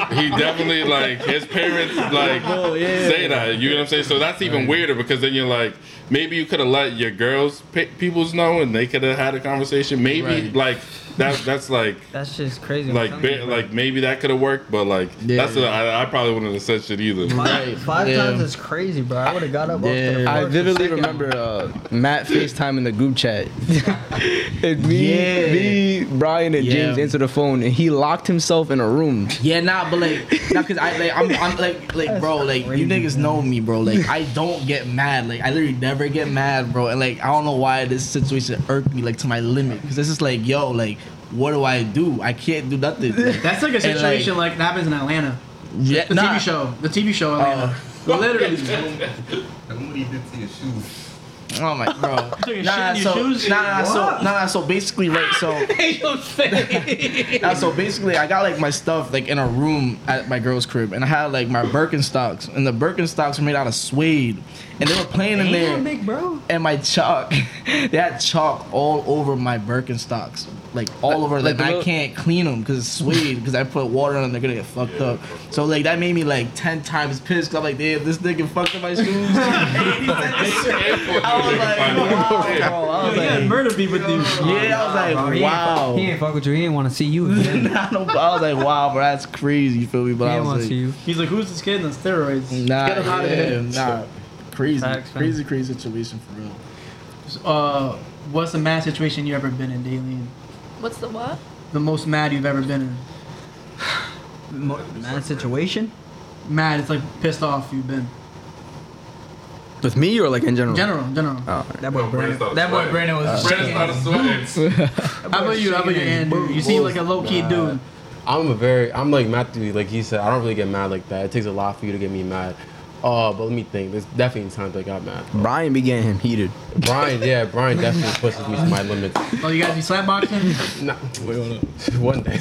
saying? he definitely like his parents like Oh, say that. You know what I'm saying? So that's even weirder because then you're like, maybe you could have let your girls' pe- peoples know and they could have had a conversation. Maybe Right. like that. That's like that's just crazy. I'm like telling ba- you, bro. like maybe that could have worked, but like Yeah. that's a, I, I probably wouldn't have said shit either. Five, five Yeah. times is crazy, bro. I would have got up. Yeah. Off the Yeah. I floor for vividly second. remember uh, Matt FaceTime in the group chat. and me, me, Brian, and Yeah. James answered the phone, and he locked himself in a room. Yeah, nah, but like, nah, cause I like, I'm, I'm like, like, bro, like, you niggas know me, bro. Like, I don't get mad. Like, I literally never get mad, bro. And like, I don't know why this situation irked me like to my limit. Cause this is like, yo, like, what do I do? I can't do nothing. Like, That's like a And, like- situation like, that happens in Atlanta. yeah, The nah. TV show. The TV show Atlanta. Literally. Nobody did to your shoes. Oh my, bro. took a nah, shit in your so, shoes? nah, nah, so, nah, nah, so basically, right, so. Nah, so basically, I got like my stuff like in a room at my girl's crib, and I had like my Birkenstocks, and the Birkenstocks were made out of suede, and they were playing in there. Damn, big bro. and my chalk. they had chalk all over my Birkenstocks, like all over. like Like, the I little- can't clean them because it's suede. Because I put water on them, they're gonna get fucked up. So like that made me like ten times pissed. 'cause I'm like, damn, this nigga fucked up my shoes. I was like, wow, bro. I was Yeah, like. murder beef with you. Yeah, I was like, He ain't wow. fuck- He ain't fuck with you. He ain't want to see you. Again. I don't- I was like, wow, bro, that's crazy. You feel me? he But I ain't want to was see like, you. He's like, who's this kid on steroids? nah, Get him out of yeah, here. nah, crazy, Facts, man. crazy, crazy situation for real. Uh, what's the mad situation you ever been in, Daleen? What's the what? The most mad you've ever been in? Mo- Mad situation. Mad, it's like pissed off you've been. With me or like in general? General, general. That boy Brandon. started That boy sweating. Brandon was. Brandon shaking. started sweating. How about you? How about you, Andrew? You seem like a low key dude. I'm a very, I'm like Matthew, like he said, I don't really get mad like that. It takes a lot for you to get me mad. Uh, but let me think. There's definitely times I got mad. Brian be getting him heated. Brian, yeah, Brian definitely pushes me to my limits. Oh, you guys be slapboxing? Nah, wait, hold up. One day.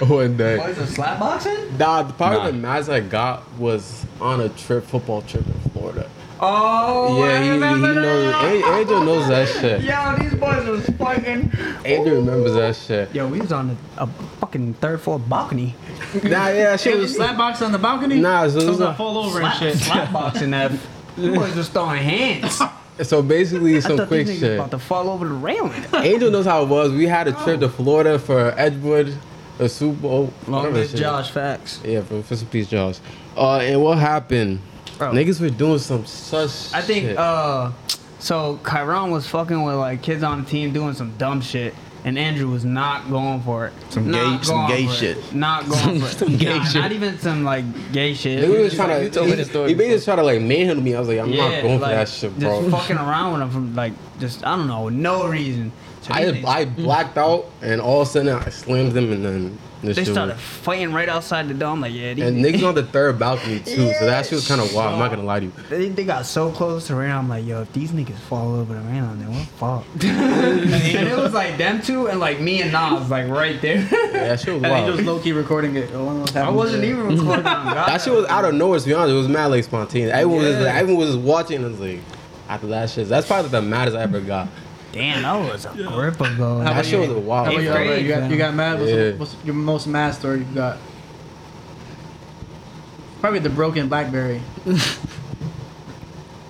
One day. Boys are slap boxing? Nah, the- probably the maddest I got was on a trip, football trip in Florida. Oh, yeah, he, he knows. An- Angel knows that shit. Yo, these boys was fucking. Angel remembers that shit. Yo, we was on a, a fucking third floor balcony. Nah, yeah, that It shit was was. slapboxing on the balcony? Nah, so it so was I a, fall over and shit. Slap boxing that. You boys was throwing hands. I so basically some thought quick these niggas shit. about to fall over the railing. Angel knows how it was. We had a trip to Florida for Edgewood, the Super Bowl. Long whatever live shit. Josh. Facts. Yeah, for Fist and Peace Jaws. Uh, and what happened? Bro. Niggas were doing some such. I think shit. uh so Kyron was fucking with like kids on the team doing some dumb shit. And and Andrew was not going for it. Some Not gay- some going gay for it. shit. Not going for it. Some gay Nah, shit. Not even some like gay shit. Nigga was trying You to. told me the He, he basically tried to like manhandle me. I was like, I'm not going like, for that shit, Just bro. fucking around with him from like just I don't know, no reason. So I they- I blacked out and all of a sudden I slammed them and then this they shit. started was- fighting right outside the door. I'm like, yeah, these, And niggas on the third balcony too, so that shit was kind of wild. I'm not gonna lie to you. they, they got so close to Randall. I'm like, yo, if these niggas fall over to Randall, then we're fucked. and it was like them two and like me and Nas like right there. Yeah, that shit was And he was wild. low key recording it. Along with I wasn't even recording. That shit was out of nowhere. To be honest, it was mad like spontaneous. Everyone was Yeah. just, like, everyone was just watching. And it was like, after that shit, that's probably the maddest I ever got. Damn, that was a grip ago. That shit was How wild. about you, Albert? You got, you got mad? What's, Yeah. what's your most mad story you got? Probably the broken Blackberry.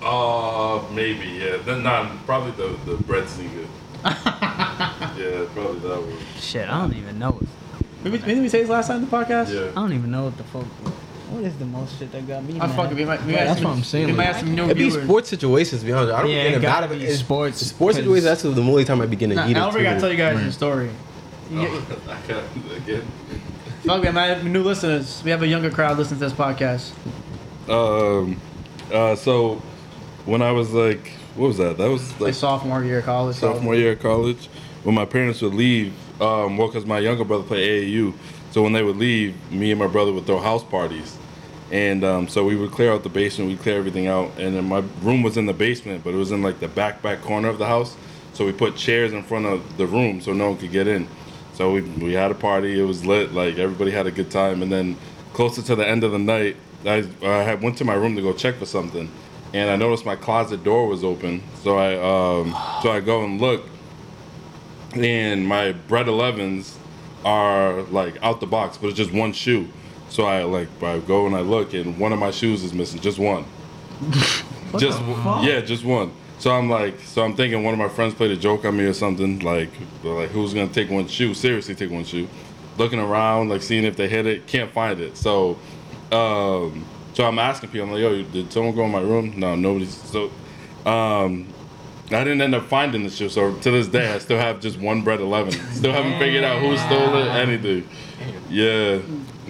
Uh, maybe, yeah. Then not probably the the bread singer. yeah, probably that one. Shit, I don't even know. Maybe, didn't we say this last time in the podcast? I Yeah. don't even know what the fuck. What is the most shit that got me? I mad? fuck it. We might, we Yeah, might that's have what I'm saying, We might like- have some new It'd be viewers. sports situations, to be honest. I don't Yeah, get it about gotta it. be It's sports, Sports 'cause- situations. That's the only time I begin to Nah, eat it. Albert gotta too. tell you guys your story. You get- Oh, I got- again. Fuck it, man. New listeners. We have a younger crowd listening to this podcast. Um, uh, so when I was like, what was that? That was My like sophomore year of college. sophomore year of college when my parents would leave um, well because my younger brother played aau so when they would leave me and my brother would throw house parties and um, so we would clear out the basement we'd clear everything out and then my room was in the basement but it was in like the back back corner of the house so we put chairs in front of the room so no one could get in so we, we had a party it was lit like everybody had a good time and then closer to the end of the night i, I had went to my room to go check for something and i noticed my closet door was open so i um, so i go and look and my bread 11s are like out the box but it's just one shoe so i like i go and i look and one of my shoes is missing just one just yeah just one so i'm like so i'm thinking one of my friends played a joke on me or something like they're like who's gonna take one shoe seriously take one shoe looking around like seeing if they hit it can't find it so um so i'm asking people i'm like yo did someone go in my room no nobody's so um I didn't end up finding the shoe, so to this day I still have just one bread eleven. Still haven't figured out who stole it, anything. Yeah,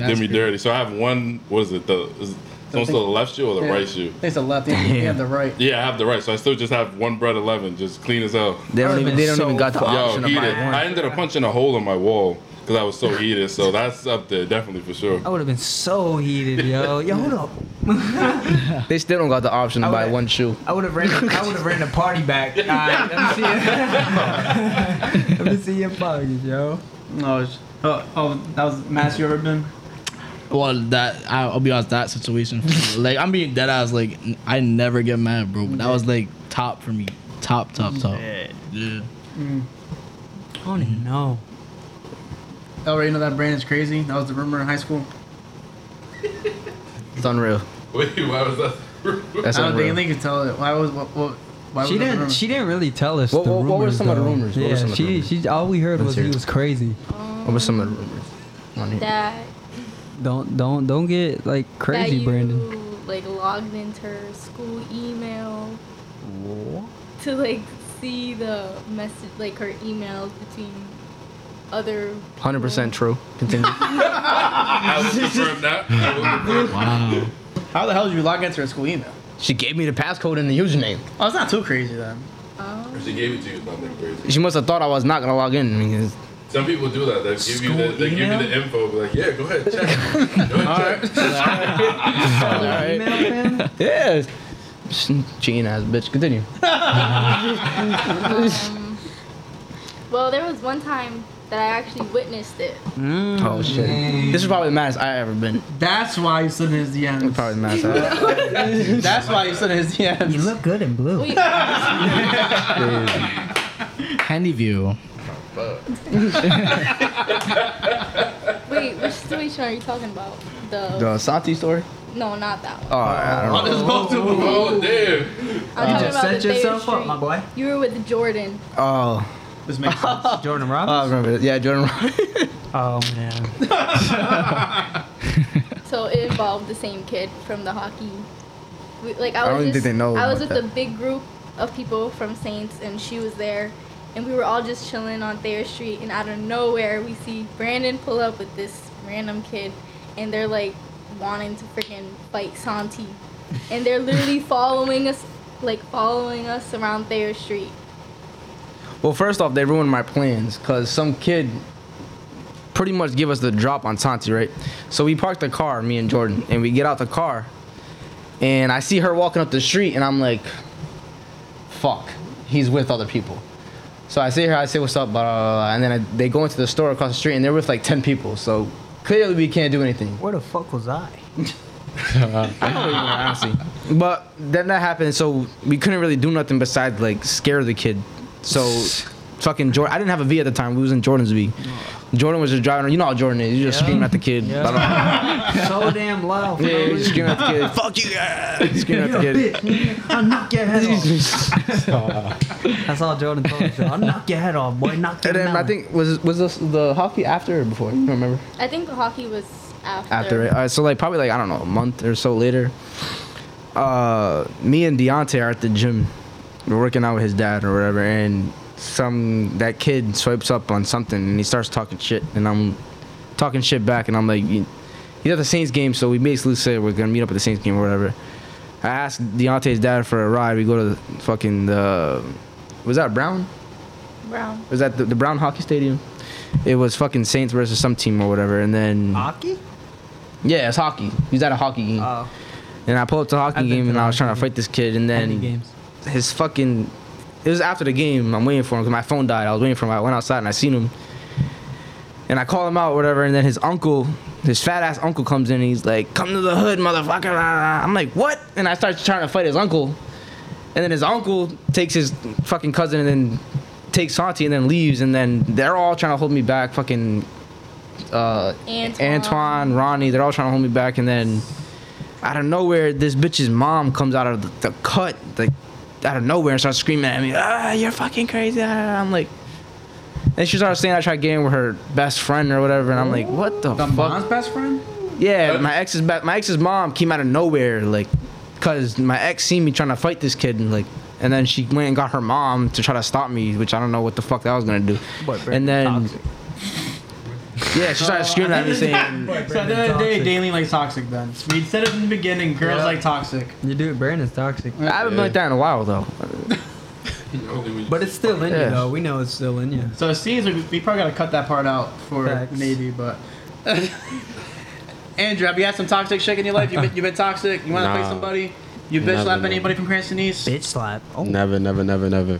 did me dirty. So I have one. What is it? The is, someone stole the left shoe or the right shoe? They said left hand, they have the right. Yeah, I have the right. So I still just have one bread eleven, just clean as hell. They don't even. They don't even got the Yo, option of heated. buying one. I ended up punching a hole in my wall because I was so heated. So that's up there, definitely for sure. I would have been so heated, yo. Yo, hold up. They still don't got the option to I buy would- one shoe. I would have ran. I would have ran the party back. All right, let me see. Your, let me see your pockets, yo. No, it's- oh, oh, that was the mass you ever been? Well, that I- I'll be honest, that situation, like I'm being dead ass. Like n- I never get mad, bro. But that was like top for me, top, top, top. Yeah. I don't even know. Albert, Oh, you know that brand is crazy. That was the rumor in high school. It's unreal. Wait, why was that? That's I don't think unreal. anything can tell it. Why was what? what why She was that didn't. rumor? She didn't really tell us What- the what- rumors. what were some of the though. rumors? What were Yeah, some of the she. rumors? She. All we heard Let's was hear he it. was crazy. What was some of the rumors on here? That Don't. Don't. Don't get like that crazy, you, Brandon. Like logged into her school email to like see the message, like her emails between other. Hundred percent true. Continue. I will confirm that. I will confirm Wow. How the hell did you log into her school email? she gave me the passcode and the username. Oh, it's not too crazy then. people. She gave it to you. It's not that crazy. She must have thought I was not gonna log in. I mean, it's- Some people do that. They give you the, they give you the info. Be like, yeah, go ahead, check. Go ahead, check. yeah. Cheating ass bitch. Continue. Well, there was one time that I actually witnessed it. Oh shit. This is probably the maddest I ever been. That's why you sent his DMs. Probably the maddest. I ever. That's why you sent his DMs. You look good in blue. Wait, Handy view. wait, which situation are you talking about? The The Santi story. no, not that one. Oh, I don't know. Oh damn. I'm You talking just about set the Thayer yourself up, Street. my boy. You were with Jordan. Oh, This makes sense. Jordan I Robbins. remember. That. Yeah, Jordan. Ryan. Oh man. So it involved the same kid from the hockey. We, like I, I was don't even just- think they know I was about with a big group of people from Saints, and she was there, and we were all just chilling on Thayer Street, and out of nowhere we see Brandon pull up with this random kid, and they're like wanting to freaking fight Santi, and they're literally following us, like following us around Thayer Street. Well, first off, they ruined my plans because some kid pretty much give us the drop on Santi, right? So we parked the car, me and Jordan, and we get out the car, and I see her walking up the street, and I'm like, "Fuck, he's with other people." So I see her, I say, "What's up?" Blah, blah, blah, blah, and then I, they go into the store across the street, and they're with like ten people. So clearly, we can't do anything. Where the fuck was I? But then that happened, so we couldn't really do nothing besides like scare the kid. So fucking Jordan, I didn't have a V at the time. We was in Jordan's V. Jordan was just driving. You know how Jordan is. You just screaming at the kid. Blah, blah, blah. so damn loud. Yeah, you just screaming at the kid. Fuck you! yeah. Screaming at the kid. bitch. I'll knock your head off. That's all Jordan told us. I'll knock your head off, boy. Knock your And then I melon. think was was this the hockey after or before? I don't remember. I think the hockey was after. After it. All right, so like probably like I don't know a month or so later. Uh, me and Deontay are at the gym. We're working out with his dad or whatever, and some that kid swipes up on something and he starts talking shit, and I'm talking shit back, and I'm like, "You- he's at the Saints game, so we basically said we're gonna meet up at the Saints game or whatever. I asked Deontay's dad for a ride. We go to the fucking the was that Brown? Brown. was at the, the Brown Hockey Stadium. It was fucking Saints versus some team or whatever, and then Hockey? yeah, it's hockey. He's at a hockey game, Oh. and I pulled up to the hockey I've been game, to and the I was trying to hockey fight this kid, and Any then games. his fucking. It was after the game. I'm waiting for him because my phone died. I was waiting for him. I went outside and I seen him, and I call him out, whatever. And then his uncle, his fat ass uncle, comes in and he's like, "Come to the hood, motherfucker!" rah, rah, rah." I'm like, "What?" And I start trying to fight his uncle, and then his uncle takes his fucking cousin and then takes Santi and then leaves, and then they're all trying to hold me back. Fucking uh, Antoine. Antoine, Ronnie, they're all trying to hold me back, and then out of nowhere, this bitch's mom comes out of the, the cut, like out of nowhere, and starts screaming at me, "Ah, you're fucking crazy!" ah." I'm like, and she started saying I tried getting with her best friend or whatever, and I'm like, "What the, The fuck?" mom's best friend? Yeah, my ex's ba- my ex's mom came out of nowhere, like, cause my ex seen me trying to fight this kid, and like, and then she went and got her mom to try to stop me, which I don't know what the fuck that was gonna do. and then, yeah, she started screaming at me saying, So at the end of the day, Daleen likes Uh, toxic. Then we said it in the beginning. Girls Yeah. like toxic. You do it. Brandon's toxic. "I haven't been like that in a while though." But it's still in Yeah. you, though. We know it's still in you. So it seems we, we probably gotta cut that part out for Facts. maybe, but. Andrew, have you had some toxic shit in your life? You've been, you been toxic. You want to play Nah. somebody? You Never, bitch slap never. anybody from Cranston East? Bitch slap. Oh, Never, never, never, never.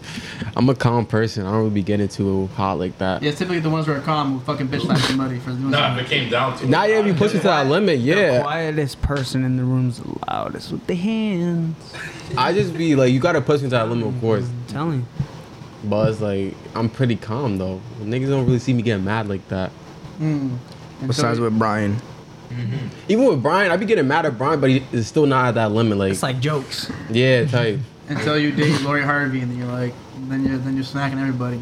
I'm a calm person. I don't really get into hot like that. Yeah, it's typically the ones who are calm who fucking bitch slap somebody for doing Nah, something. if it came down to it. Now you be pushing to that limit. The Yeah, quietest person in the room's the loudest with the hands. I just be like, you gotta push me to that limit, of course. I'm telling you. But it's like, I'm pretty calm though. Niggas don't really see me getting mad like that. Besides with Brian, Even with Brian, I be getting mad at Brian, but he is still not at that limit. Like, It's like jokes. yeah, type. Until you date Lori Harvey and then you're like, then you're then you're smacking everybody.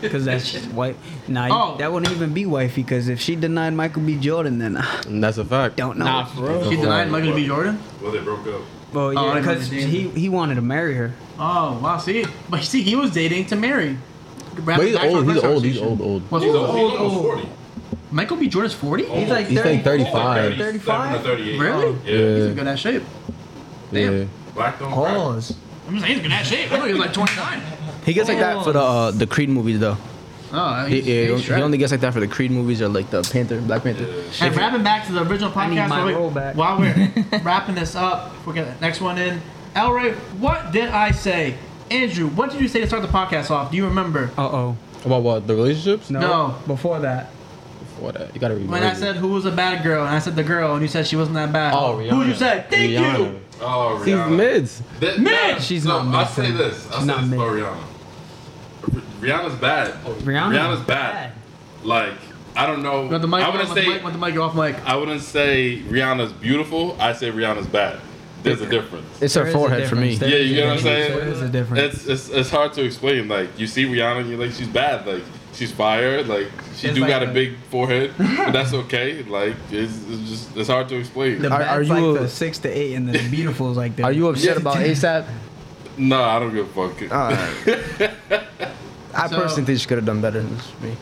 Because that's just white. Nah, Oh. you- that wouldn't even be wifey. Because if she denied Michael B. Jordan, then I And that's a fact. don't know. She denied Michael B. Jordan. Well, they broke up. Well, Oh, I yeah, remember because the name. he, he wanted to marry her. Oh wow, see, but see, he was dating to marry. But he's old. He's old. He's old. Old. What's He's old? old. He's almost 40. Michael B. Jordan's forty. Oh. Almost. like He's like 35. 35. 37 or 38. Really? Yeah. He's in good ass shape. Yeah. Damn. Black don't crack. Pause. I'm just saying he's in good ass shape. I thought he was like 29. he gets like that for the uh, the Creed movies though. Oh, He, he's, yeah, he's he shredded. only gets like that for the Creed movies or like the Panther, Black Panther. And wrapping back to the original need podcast, my while, we, roll back. while we're wrapping this up, we'll get the next one in. Elray, what did I say? Andrew, what did you say to start the podcast off? Do you remember? Uh oh. About what? The relationships? No. No. Before that. Before that, you gotta remember. When I said who was a bad girl, and I said the girl, and you said she wasn't that bad. Oh, Who Rihanna. you say? Thank you. Oh, These Rihanna. mids. That, Mid! that- She's no, not mid I'll for say me. this. I'll She's say not this mid. about Rihanna. Rihanna's bad. Oh. Rihanna? Rihanna's bad. Like, I don't know. With the mic, I with wouldn't the mic, say with the mic, you're off mic. I wouldn't say Rihanna's beautiful. I say Rihanna's bad. There's a difference. It's There her is a forehead for me. difference. There Yeah, you is a get what I'm difference. saying? There is a difference. It's, it's it's hard to explain. Like you see Rihanna and you're like she's bad. Like she's fire. Like she It's do like got a a- big forehead, but that's okay. Like it's, it's just it's hard to explain. The Are- bad's are you like a- the six to eight, and the beautiful is like the. Are you upset about ASAP? Uh. no, I don't give a fuck. Alright. I So- personally think she could have done better. That's just me.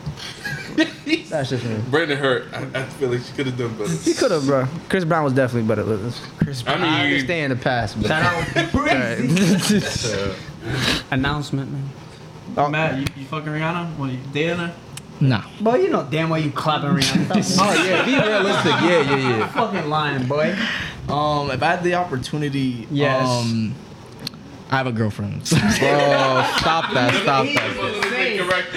That's just me. Brandon hurt. I, I feel like she could have done better. He could have, bro. Chris Brown was definitely better. But Chris I Brown, I, mean- understand the past, but Announcement, man. Matt, you, you fucking Rihanna? Well, you dating her? nah. Boy, you know damn well you clapping around. Stop Oh yeah, be realistic. Yeah, yeah, yeah. fucking lying, boy. Um, if I had the opportunity, Yes. um, I have a girlfriend. Bro, stop that. Stop that.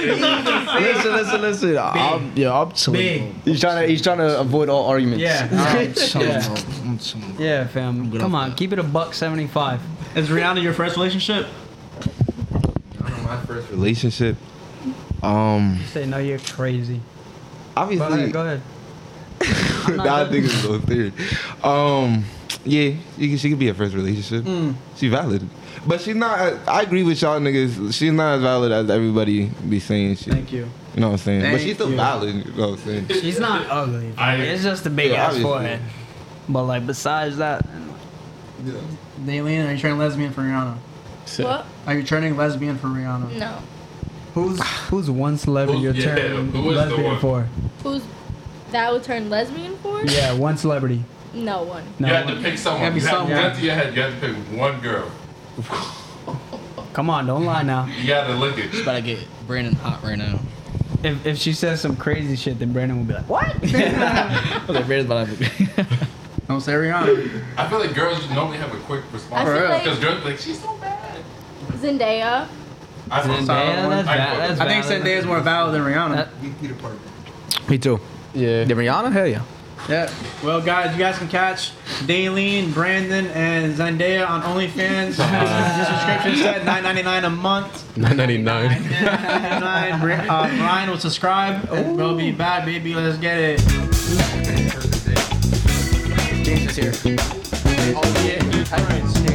listen, listen, listen. I'm, yeah, I'm chilling. He's trying to, he's trying to avoid all arguments. Yeah. yeah. I'm chilling, bro. Yeah, fam. good Come off on, that. keep it a buck seventy-five. Is Rihanna your first relationship? My first relationship. Um, Say no, you're crazy. Go obviously, ahead. Go ahead. that nigga's so weird. Um, yeah, you can, she could be a first relationship. Hmm. She valid, but she's not. I agree with y'all niggas. She's not as valid as everybody be saying. Shit. Thank you. You know what I'm saying? but Thank she's still you. valid. You know what I'm saying? She's not ugly. I- it's just a big Yeah, ass obviously. forehead. But like besides that, Daylene, are you turning lesbian for Rihanna? What? Are you turning lesbian for Rihanna? No. who's who's one celebrity Who's- you're yeah, turning who is the lesbian one? for? Who's that would turn lesbian for? Yeah, one celebrity. No one. You No, had to pick someone. Gotta be You had- someone. gun to your head. You had to pick one girl. come on, don't lie now. You gotta look at. But I get Brandon hot right now. If, if she says some crazy shit, then Brandon will be like, "What? I was like, Brandon's about to Don't say Rihanna. I feel like girls normally have a quick response I feel like- because girls be like she's so bad. Zendaya. I feel Zendaya. Yeah, that's Oh, I bad. That's fuck I think valid. Zendaya's more valid than Rihanna. Me too. Yeah. Did Rihanna? Hell yeah. Yeah. Well, guys, you guys can catch Daylene, Brandon, and Zendaya on OnlyFans. The subscription set nine ninety nine a month. 999. Nine. Uh, Ryan will subscribe. And we'll be back, baby. Let's get it. James is here. Oh yeah.